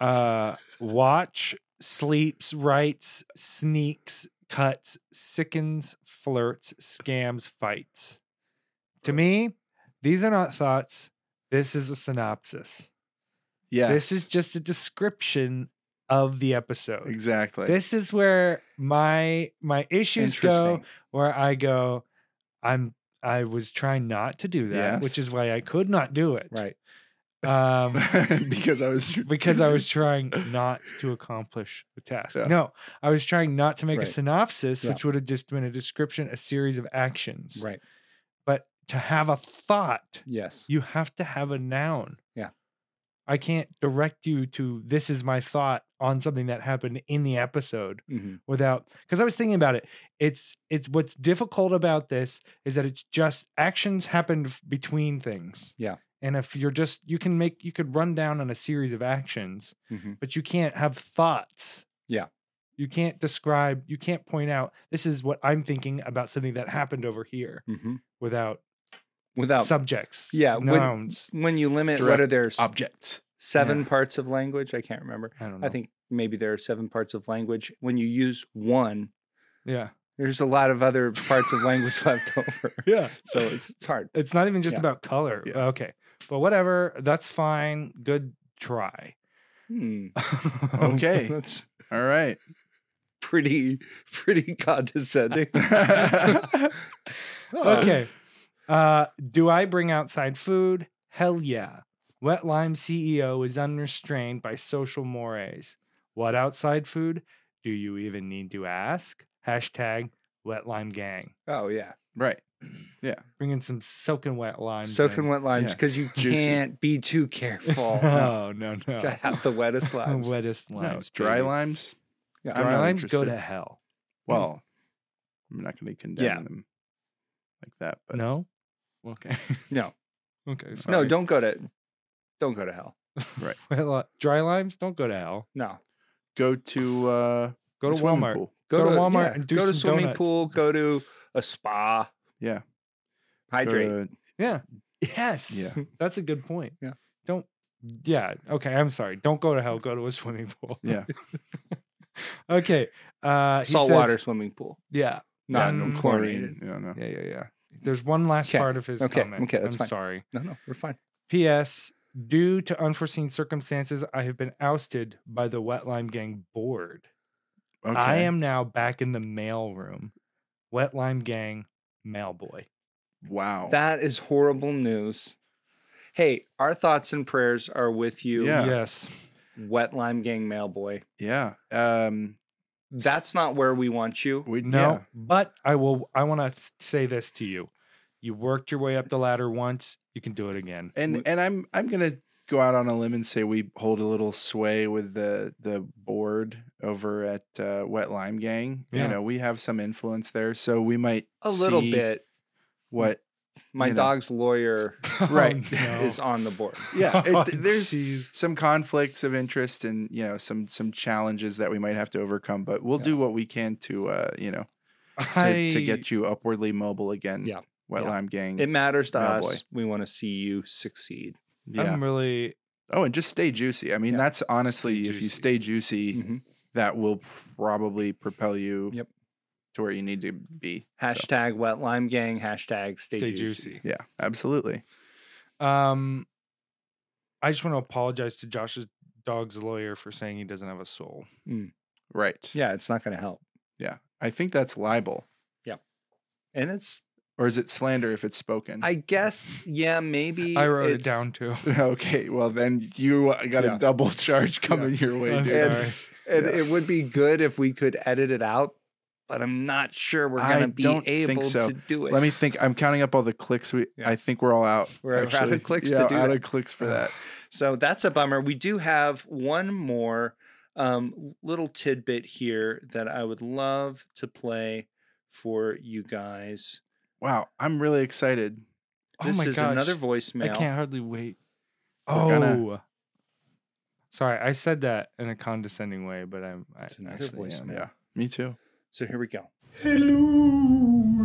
C: Uh, watch, sleeps, writes, sneaks, cuts, sickens, flirts, scams, fights. To me, these are not thoughts. This is a synopsis.
B: Yeah.
C: This is just a description of the episode.
B: exactly.
C: This is where my my issues go
A: Interesting.
C: where I go I'm I was trying not to do that, which
B: Yes.
C: is why I could not do it.
A: Right.
C: Um
B: because I was
C: because I was trying not to accomplish the task.
B: Yeah.
C: No, I was trying not to make
A: Right.
C: a synopsis,
A: Yeah.
C: which would have just been a description, a series of actions.
A: Right.
C: But to have a thought
A: Yes.
C: you have to have a noun.
A: Yeah.
C: I can't direct you to this is my thought on something that happened in the episode
A: hmm
C: without cuz I was thinking about it. It's it's what's difficult about this is that it's just actions happened f- between things.
A: Yeah.
C: And if you're just you can make you could run down on a series of actions,
A: hmm
C: but you can't have thoughts.
A: Yeah.
C: You can't describe, you can't point out this is what I'm thinking about something that happened over here
A: hmm
C: without
A: Without
C: subjects.
A: yeah, when-
C: Nouns.
A: when you limit what
B: Direct
A: are there s-
B: objects.
A: seven
C: Yeah.
A: parts of language? I can't remember.
C: I don't know.
A: I think maybe there are seven parts of language. When you use one,
C: Yeah.
A: there's a lot of other parts of language left over.
C: Yeah.
A: So it's, it's hard.
C: It's not even just
A: Yeah.
C: about color.
B: Yeah.
C: Okay. But whatever. That's fine. Good try.
A: Hmm.
B: Okay.
A: That's
B: All right.
A: pretty pretty condescending. Oh,
C: okay. Uh, do I bring outside food? Hell yeah. Wet Lime CEO is unrestrained by social mores. What outside food? Do you even need to ask? Hashtag wet lime gang.
A: Oh yeah.
B: right.
C: Bringing some soaking wet limes.
A: Soaking
C: in.
A: wet limes
B: Yeah.
A: because you
B: Juicy.
A: can't be too careful.
C: Oh, no, no.
A: Gotta have the wettest limes.
C: Wettest
B: No,
C: limes.
B: dry
C: baby.
B: limes.
A: Yeah.
B: I'm
C: Dry
B: not
C: limes go
B: interested.
C: to hell.
B: Well, I'm not going to condemn
A: Yeah.
B: them like that. But
C: no. Okay.
A: No.
C: Okay. Sorry.
A: No, don't go to don't go to hell.
B: Right.
C: Well, uh, dry limes don't go to hell.
A: No.
B: go to uh,
C: Go to
B: the swimming
C: Walmart.
B: pool.
C: Go to Walmart and do
A: go to
C: some
A: swimming
C: donuts.
A: pool, go to a spa,
B: Yeah. Go
A: hydrate.
B: to-
C: Yeah. Yes.
B: Yeah.
C: That's a good point.
A: Yeah.
C: Don't. Yeah. Okay. I'm sorry. Don't go to hell. Go to a swimming pool.
B: yeah.
C: Okay. Uh, he says-
A: Saltwater swimming pool.
C: Yeah.
A: Not
C: Mm.
A: chlorinated.
B: Yeah, no.
C: Yeah. Yeah. Yeah. There's one last
A: Okay.
C: part of his
A: Okay.
C: comment.
A: Okay, that's
C: I'm
A: fine.
C: sorry.
A: No, no, we're fine.
C: P.S. Due to unforeseen circumstances, I have been ousted by the Wet Lime Gang board.
B: Okay.
C: I am now back in the mail room. Wet Lime Gang mail boy. Oh.
B: Wow.
A: That is horrible news. Hey, our thoughts and prayers are with you,
B: Yeah.
C: Yes.
A: wet lime gang mail boy.
B: yeah. Um.
A: That's not where we want you.
B: We,
C: No,
B: Yeah.
C: but I will. I want to say this to you: you worked your way up the ladder once, you can do it again.
B: And and I'm I'm gonna go out on a limb and say we hold a little sway with the the board over at uh, Wet Lime Gang.
C: Yeah.
B: You know, we have some influence there, so we might
A: a little
B: see
A: bit.
B: What?
A: My
B: you know.
A: dog's lawyer
B: Right.
C: Oh, no.
A: is on the board.
B: Yeah,
C: Oh,
B: it, there's
C: jeez.
B: some conflicts of interest and you know some some challenges that we might have to overcome, but we'll do what we can to uh, you know to, to get you upwardly mobile again.
A: Yeah.
B: Wet
A: Yeah.
B: Lime Gang.
A: It matters to
B: Oh,
A: us.
B: boy.
A: We want to see you succeed.
B: yeah.
C: I'm really
B: Oh, and just stay juicy. I mean,
A: Yeah.
B: that's honestly,
C: Stay
B: if you
C: juicy.
B: stay juicy,
A: Mhm.
B: that will probably propel you
A: Yep.
B: to where you need to be. So,
A: Hashtag wet lime gang. Hashtag stay,
C: stay,
A: juicy.
C: juicy.
B: yeah, absolutely.
C: Um, I just want to apologize to Josh's dog's lawyer for saying he doesn't have a soul.
B: Right.
A: Yeah, it's not going to help.
B: I think that's libel,
A: And it's,
B: or is it slander if it's spoken?
A: I guess, yeah, maybe.
C: I wrote it
A: it's-
C: down too.
B: okay. Well, then you uh, got
A: Yeah.
B: a double charge coming your way,
C: I'm
B: dude.
A: did.
C: sorry.
A: And
B: Yeah.
A: it would be good if we could edit it out, but I'm not sure we're going
B: I
A: to be
B: don't think
A: able
B: so.
A: to do it.
B: Let me think. I'm counting up all the clicks. We,
A: Yeah.
B: I think we're all out.
A: We're out of
B: actually.
A: clicks to
B: Yeah,
A: do
B: out
A: that.
B: of clicks for that.
A: So that's a bummer. We do have one more um, little tidbit here that I would love to play for you guys.
B: Wow, I'm really excited.
A: This
C: oh my
A: is
C: gosh.
A: another
C: I
A: voicemail.
C: can't hardly wait. Oh,
B: We're gonna-
C: sorry. I said that in a condescending way, but I'm. I,
A: It's another
C: actually am.
A: voicemail.
B: Yeah, me too.
A: So here we go.
E: Hello,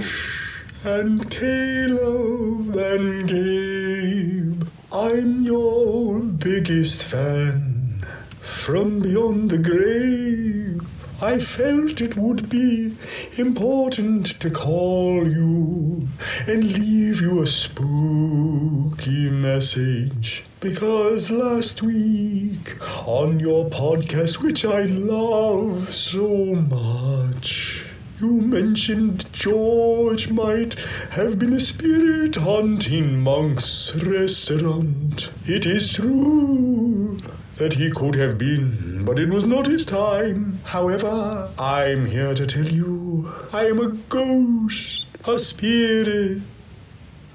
E: Josh and Caleb and Gabe. I'm your biggest fan from beyond the grave. I felt it would be important to call you and leave you a spooky message because last week on your podcast, which I love so much, you mentioned George might have been a spirit hunting monk's restaurant. It is true that he could have been, but it was not his time. However, I'm here to tell you I am a ghost, a spirit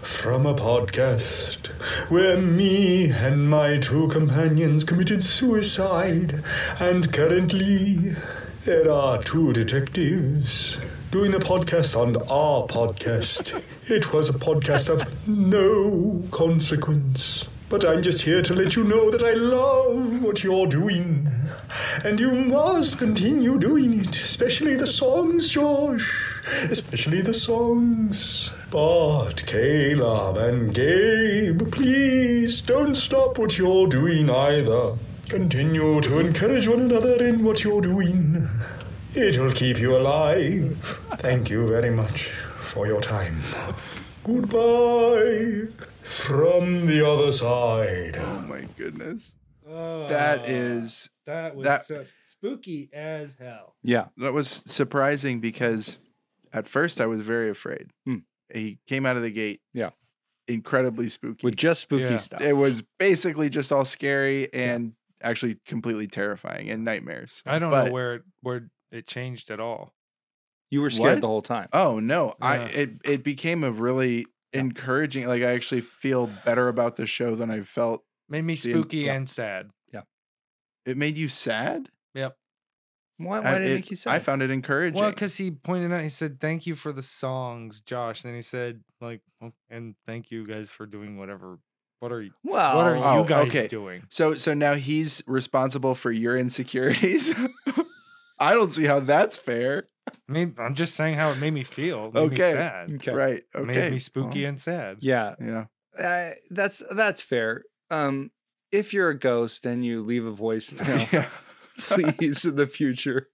E: from a podcast where me and my two companions committed suicide, and currently there are two detectives doing a podcast on our podcast. it was a podcast of no consequence. But I'm just here to let you know that I love what you're doing. And you must continue doing it, especially the songs, Josh. Especially the songs. But Caleb and Gabe, please don't stop what you're doing either. Continue to encourage one another in what you're doing. It'll keep you alive. Thank you very much for your time. Goodbye from the other side.
B: Oh my goodness,
A: Uh,
C: Oh,
B: that is
C: that was
B: that-
C: so spooky as hell.
A: Yeah.
B: that was surprising because at first I was very afraid.
A: Hmm.
B: He came out of the gate,
A: Yeah.
B: incredibly spooky.
A: With just spooky
C: Yeah.
A: stuff.
B: it was basically just all scary and actually completely terrifying and nightmares.
C: I don't
B: But-
C: know where it, where it changed at all.
A: you were scared
B: What?
A: the whole time.
B: Oh no, I
C: Yeah.
B: it it became a really encouraging. Like I actually feel better about the show than I felt.
C: Made me
B: The-
C: spooky
B: yeah.
C: and sad.
B: It made you sad.
A: why
B: I-
A: why did it
B: it-
A: make you sad?
B: I found it encouraging.
C: Well, because he pointed out, he said, "Thank you for the songs, Josh." And then he said, "Like, "Oh, and thank you guys for doing whatever. What are you?
A: well,
C: what are
B: Oh,
C: you guys
B: okay.
C: doing?"
B: so so now he's responsible for your insecurities. I don't see how that's fair.
C: Maybe, I'm just saying how it made me feel. It made me
B: Okay.
C: sad.
A: Okay.
B: Right.
C: It
B: Okay.
C: Made me spooky
B: Well,
C: and sad.
A: Yeah.
B: yeah.
A: Uh, that's that's fair. Um, if you're a ghost and you leave a voicemail,
B: yeah.
A: please in the future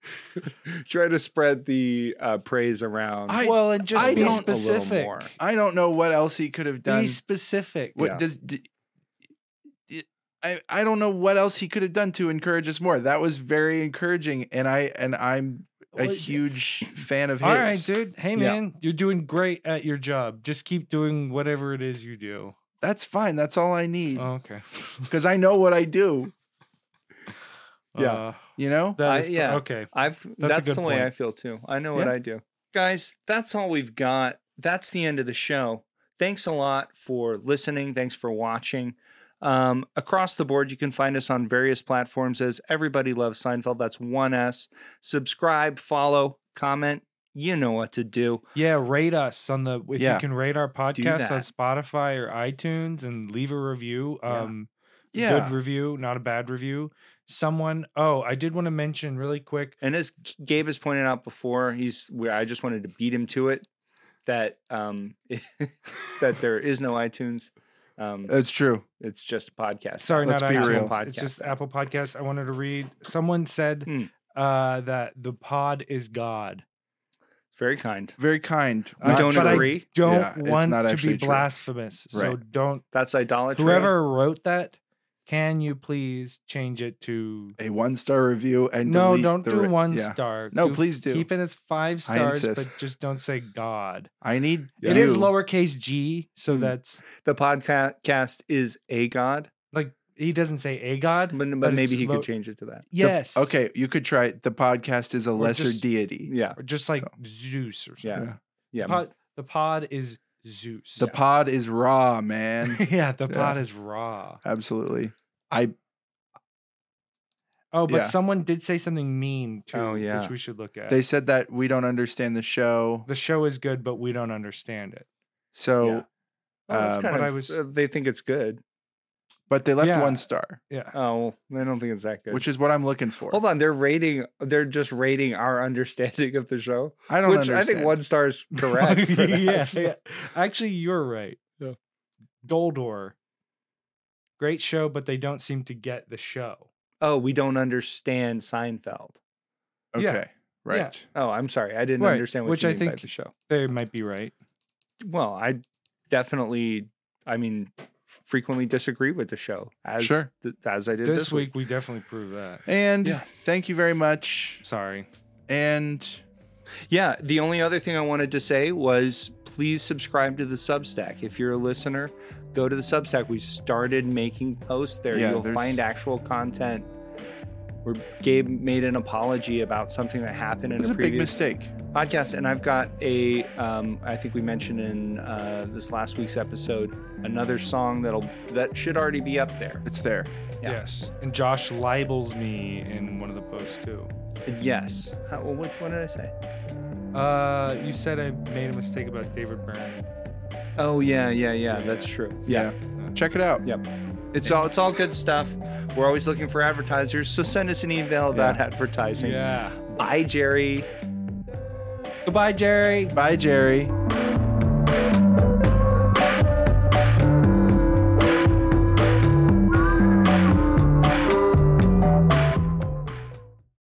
A: try to spread the uh, praise around.
B: I-
C: well, and just
B: I
C: be
B: don't- a
A: little
C: specific.
A: more.
B: I don't know what else he could have done.
C: Be specific.
B: What
A: Yeah.
B: does d- d- I I don't know what else he could have done to encourage us more. That was very encouraging, and I and I'm a
C: Well,
B: huge fan of his.
C: All right, dude. Hey,
A: Yeah.
C: man, you're doing great at your job. Just keep doing whatever it is you do.
B: That's fine. That's all I need
C: Oh, okay.
B: because I know what I do.
A: Yeah.
C: Uh,
B: You know.
C: that
A: I-
C: is,
A: yeah.
C: yeah. Okay.
A: I've
C: a
A: that's,
C: good
A: the way I
C: point.
A: feel too. I know what
B: Yeah.
A: I do. Guys, that's all we've got. That's the end of the show. Thanks a lot for listening. Thanks for watching. Um, across the board, you can find us on various platforms as Everybody Loves Seinfeld. That's one S. Subscribe, follow, comment. You know what to do.
C: Yeah, rate us on the if
B: Yeah.
C: you can rate our podcast
A: that.
C: on Spotify or iTunes and leave a review.
A: Yeah.
C: Um
B: Yeah.
C: good review, not a bad review. Someone oh, I did want to mention really quick.
A: And as Gabe has pointed out before, he's where I just wanted to beat him to it that um that there is no iTunes. Um
B: That's true.
A: it's just a podcast.
C: Sorry,
B: Let's
C: not
B: be
C: iTunes.
B: real.
C: It's
A: Podcast.
C: just Apple Podcasts. I wanted to read someone said
A: Hmm.
C: uh that the pod is God.
A: Very kind.
B: Very kind.
A: We
B: Not
A: don't
B: true.
C: but I
A: agree.
C: Don't
B: Yeah, it's
C: want
B: not
C: to
B: actually
C: be
B: true.
C: blasphemous. So
B: Right.
C: don't
A: That's idolatry.
C: Whoever wrote that, can you please change it to
B: A one star review and
C: No,
B: delete
C: don't
B: the
C: do
B: re-
C: one
B: yeah.
C: star.
B: No, please do.
C: Keep it as five
B: I
C: stars, but
B: insist.
C: just don't say God.
B: I need
C: It is
B: you.
C: lowercase g, so
A: Hmm.
C: that's
A: the podcast is a god,
C: like he doesn't say a God,
A: but, but,
C: it's
A: maybe he
C: lo-
A: could change it to that.
B: The-
C: Yes.
B: okay, you could try it. the podcast is a lesser
C: just-
B: deity.
A: Yeah.
C: Or just like
B: So.
C: Zeus or something.
A: Yeah.
B: Yeah.
A: Yeah.
C: Pod- the pod is Zeus.
B: The pod is raw, man.
C: yeah, the
B: Yeah.
C: pod is raw.
B: Absolutely. I
C: Oh, but
B: Yeah.
C: someone did say something mean too,
A: Oh, yeah.
C: which we should look at.
B: they said that we don't understand the show.
C: the show is good, but we don't understand it.
B: So
A: Yeah. Well, that's
B: um,
A: kind
C: but
A: of,
C: I was-
A: uh, they think it's good.
B: but they left
C: Yeah.
B: one star,
C: Yeah.
A: Oh, well, I don't think it's that good.
B: which is what I'm looking for.
A: Hold on, they're rating they're just rating our understanding of the show.
B: I don't
A: Which
B: understand.
A: I think one star is correct. for
C: yeah,
A: that.
C: yeah. Actually, you're right. Goldor. Great show, but they don't seem to get the show.
A: Oh, we don't understand Seinfeld.
B: Okay.
C: yeah.
B: Right.
A: Oh, I'm sorry. I didn't
C: Right,
A: understand what
C: which
A: you
C: I
A: mean by
C: think-
A: the show.
C: They might be right.
A: Well, I definitely I mean frequently disagree with the show as
B: Sure.
A: th- as I did
C: This,
A: this,
C: week, we definitely proved that.
B: And thank you very much.
C: Sorry.
B: And
A: Yeah, the only other thing I wanted to say was please subscribe to the Substack. If you're a listener, go to the Substack. We started making posts there.
B: Yeah,
A: You'll
B: there's-
A: find actual content. Where Gabe made an apology about something that happened
B: it
A: in
B: was
A: a
B: a big
A: previous
B: mistake.
A: podcast and i've got a um, i think we mentioned in uh, this last week's episode another song that'll that should already be up there
B: It's there.
A: Yeah.
C: Yes. And Josh libels me in one of the posts too.
A: yes How, well, which one did i say
C: Uh, you said I made a mistake about David Byrne.
A: oh yeah yeah yeah that's true yeah,
B: Check it out.
A: it's all it's all good stuff we're always looking for advertisers so send us an email about
B: Yeah.
A: advertising
C: Yeah.
A: bye jerry
C: Goodbye, Jerry.
B: Bye, Jerry.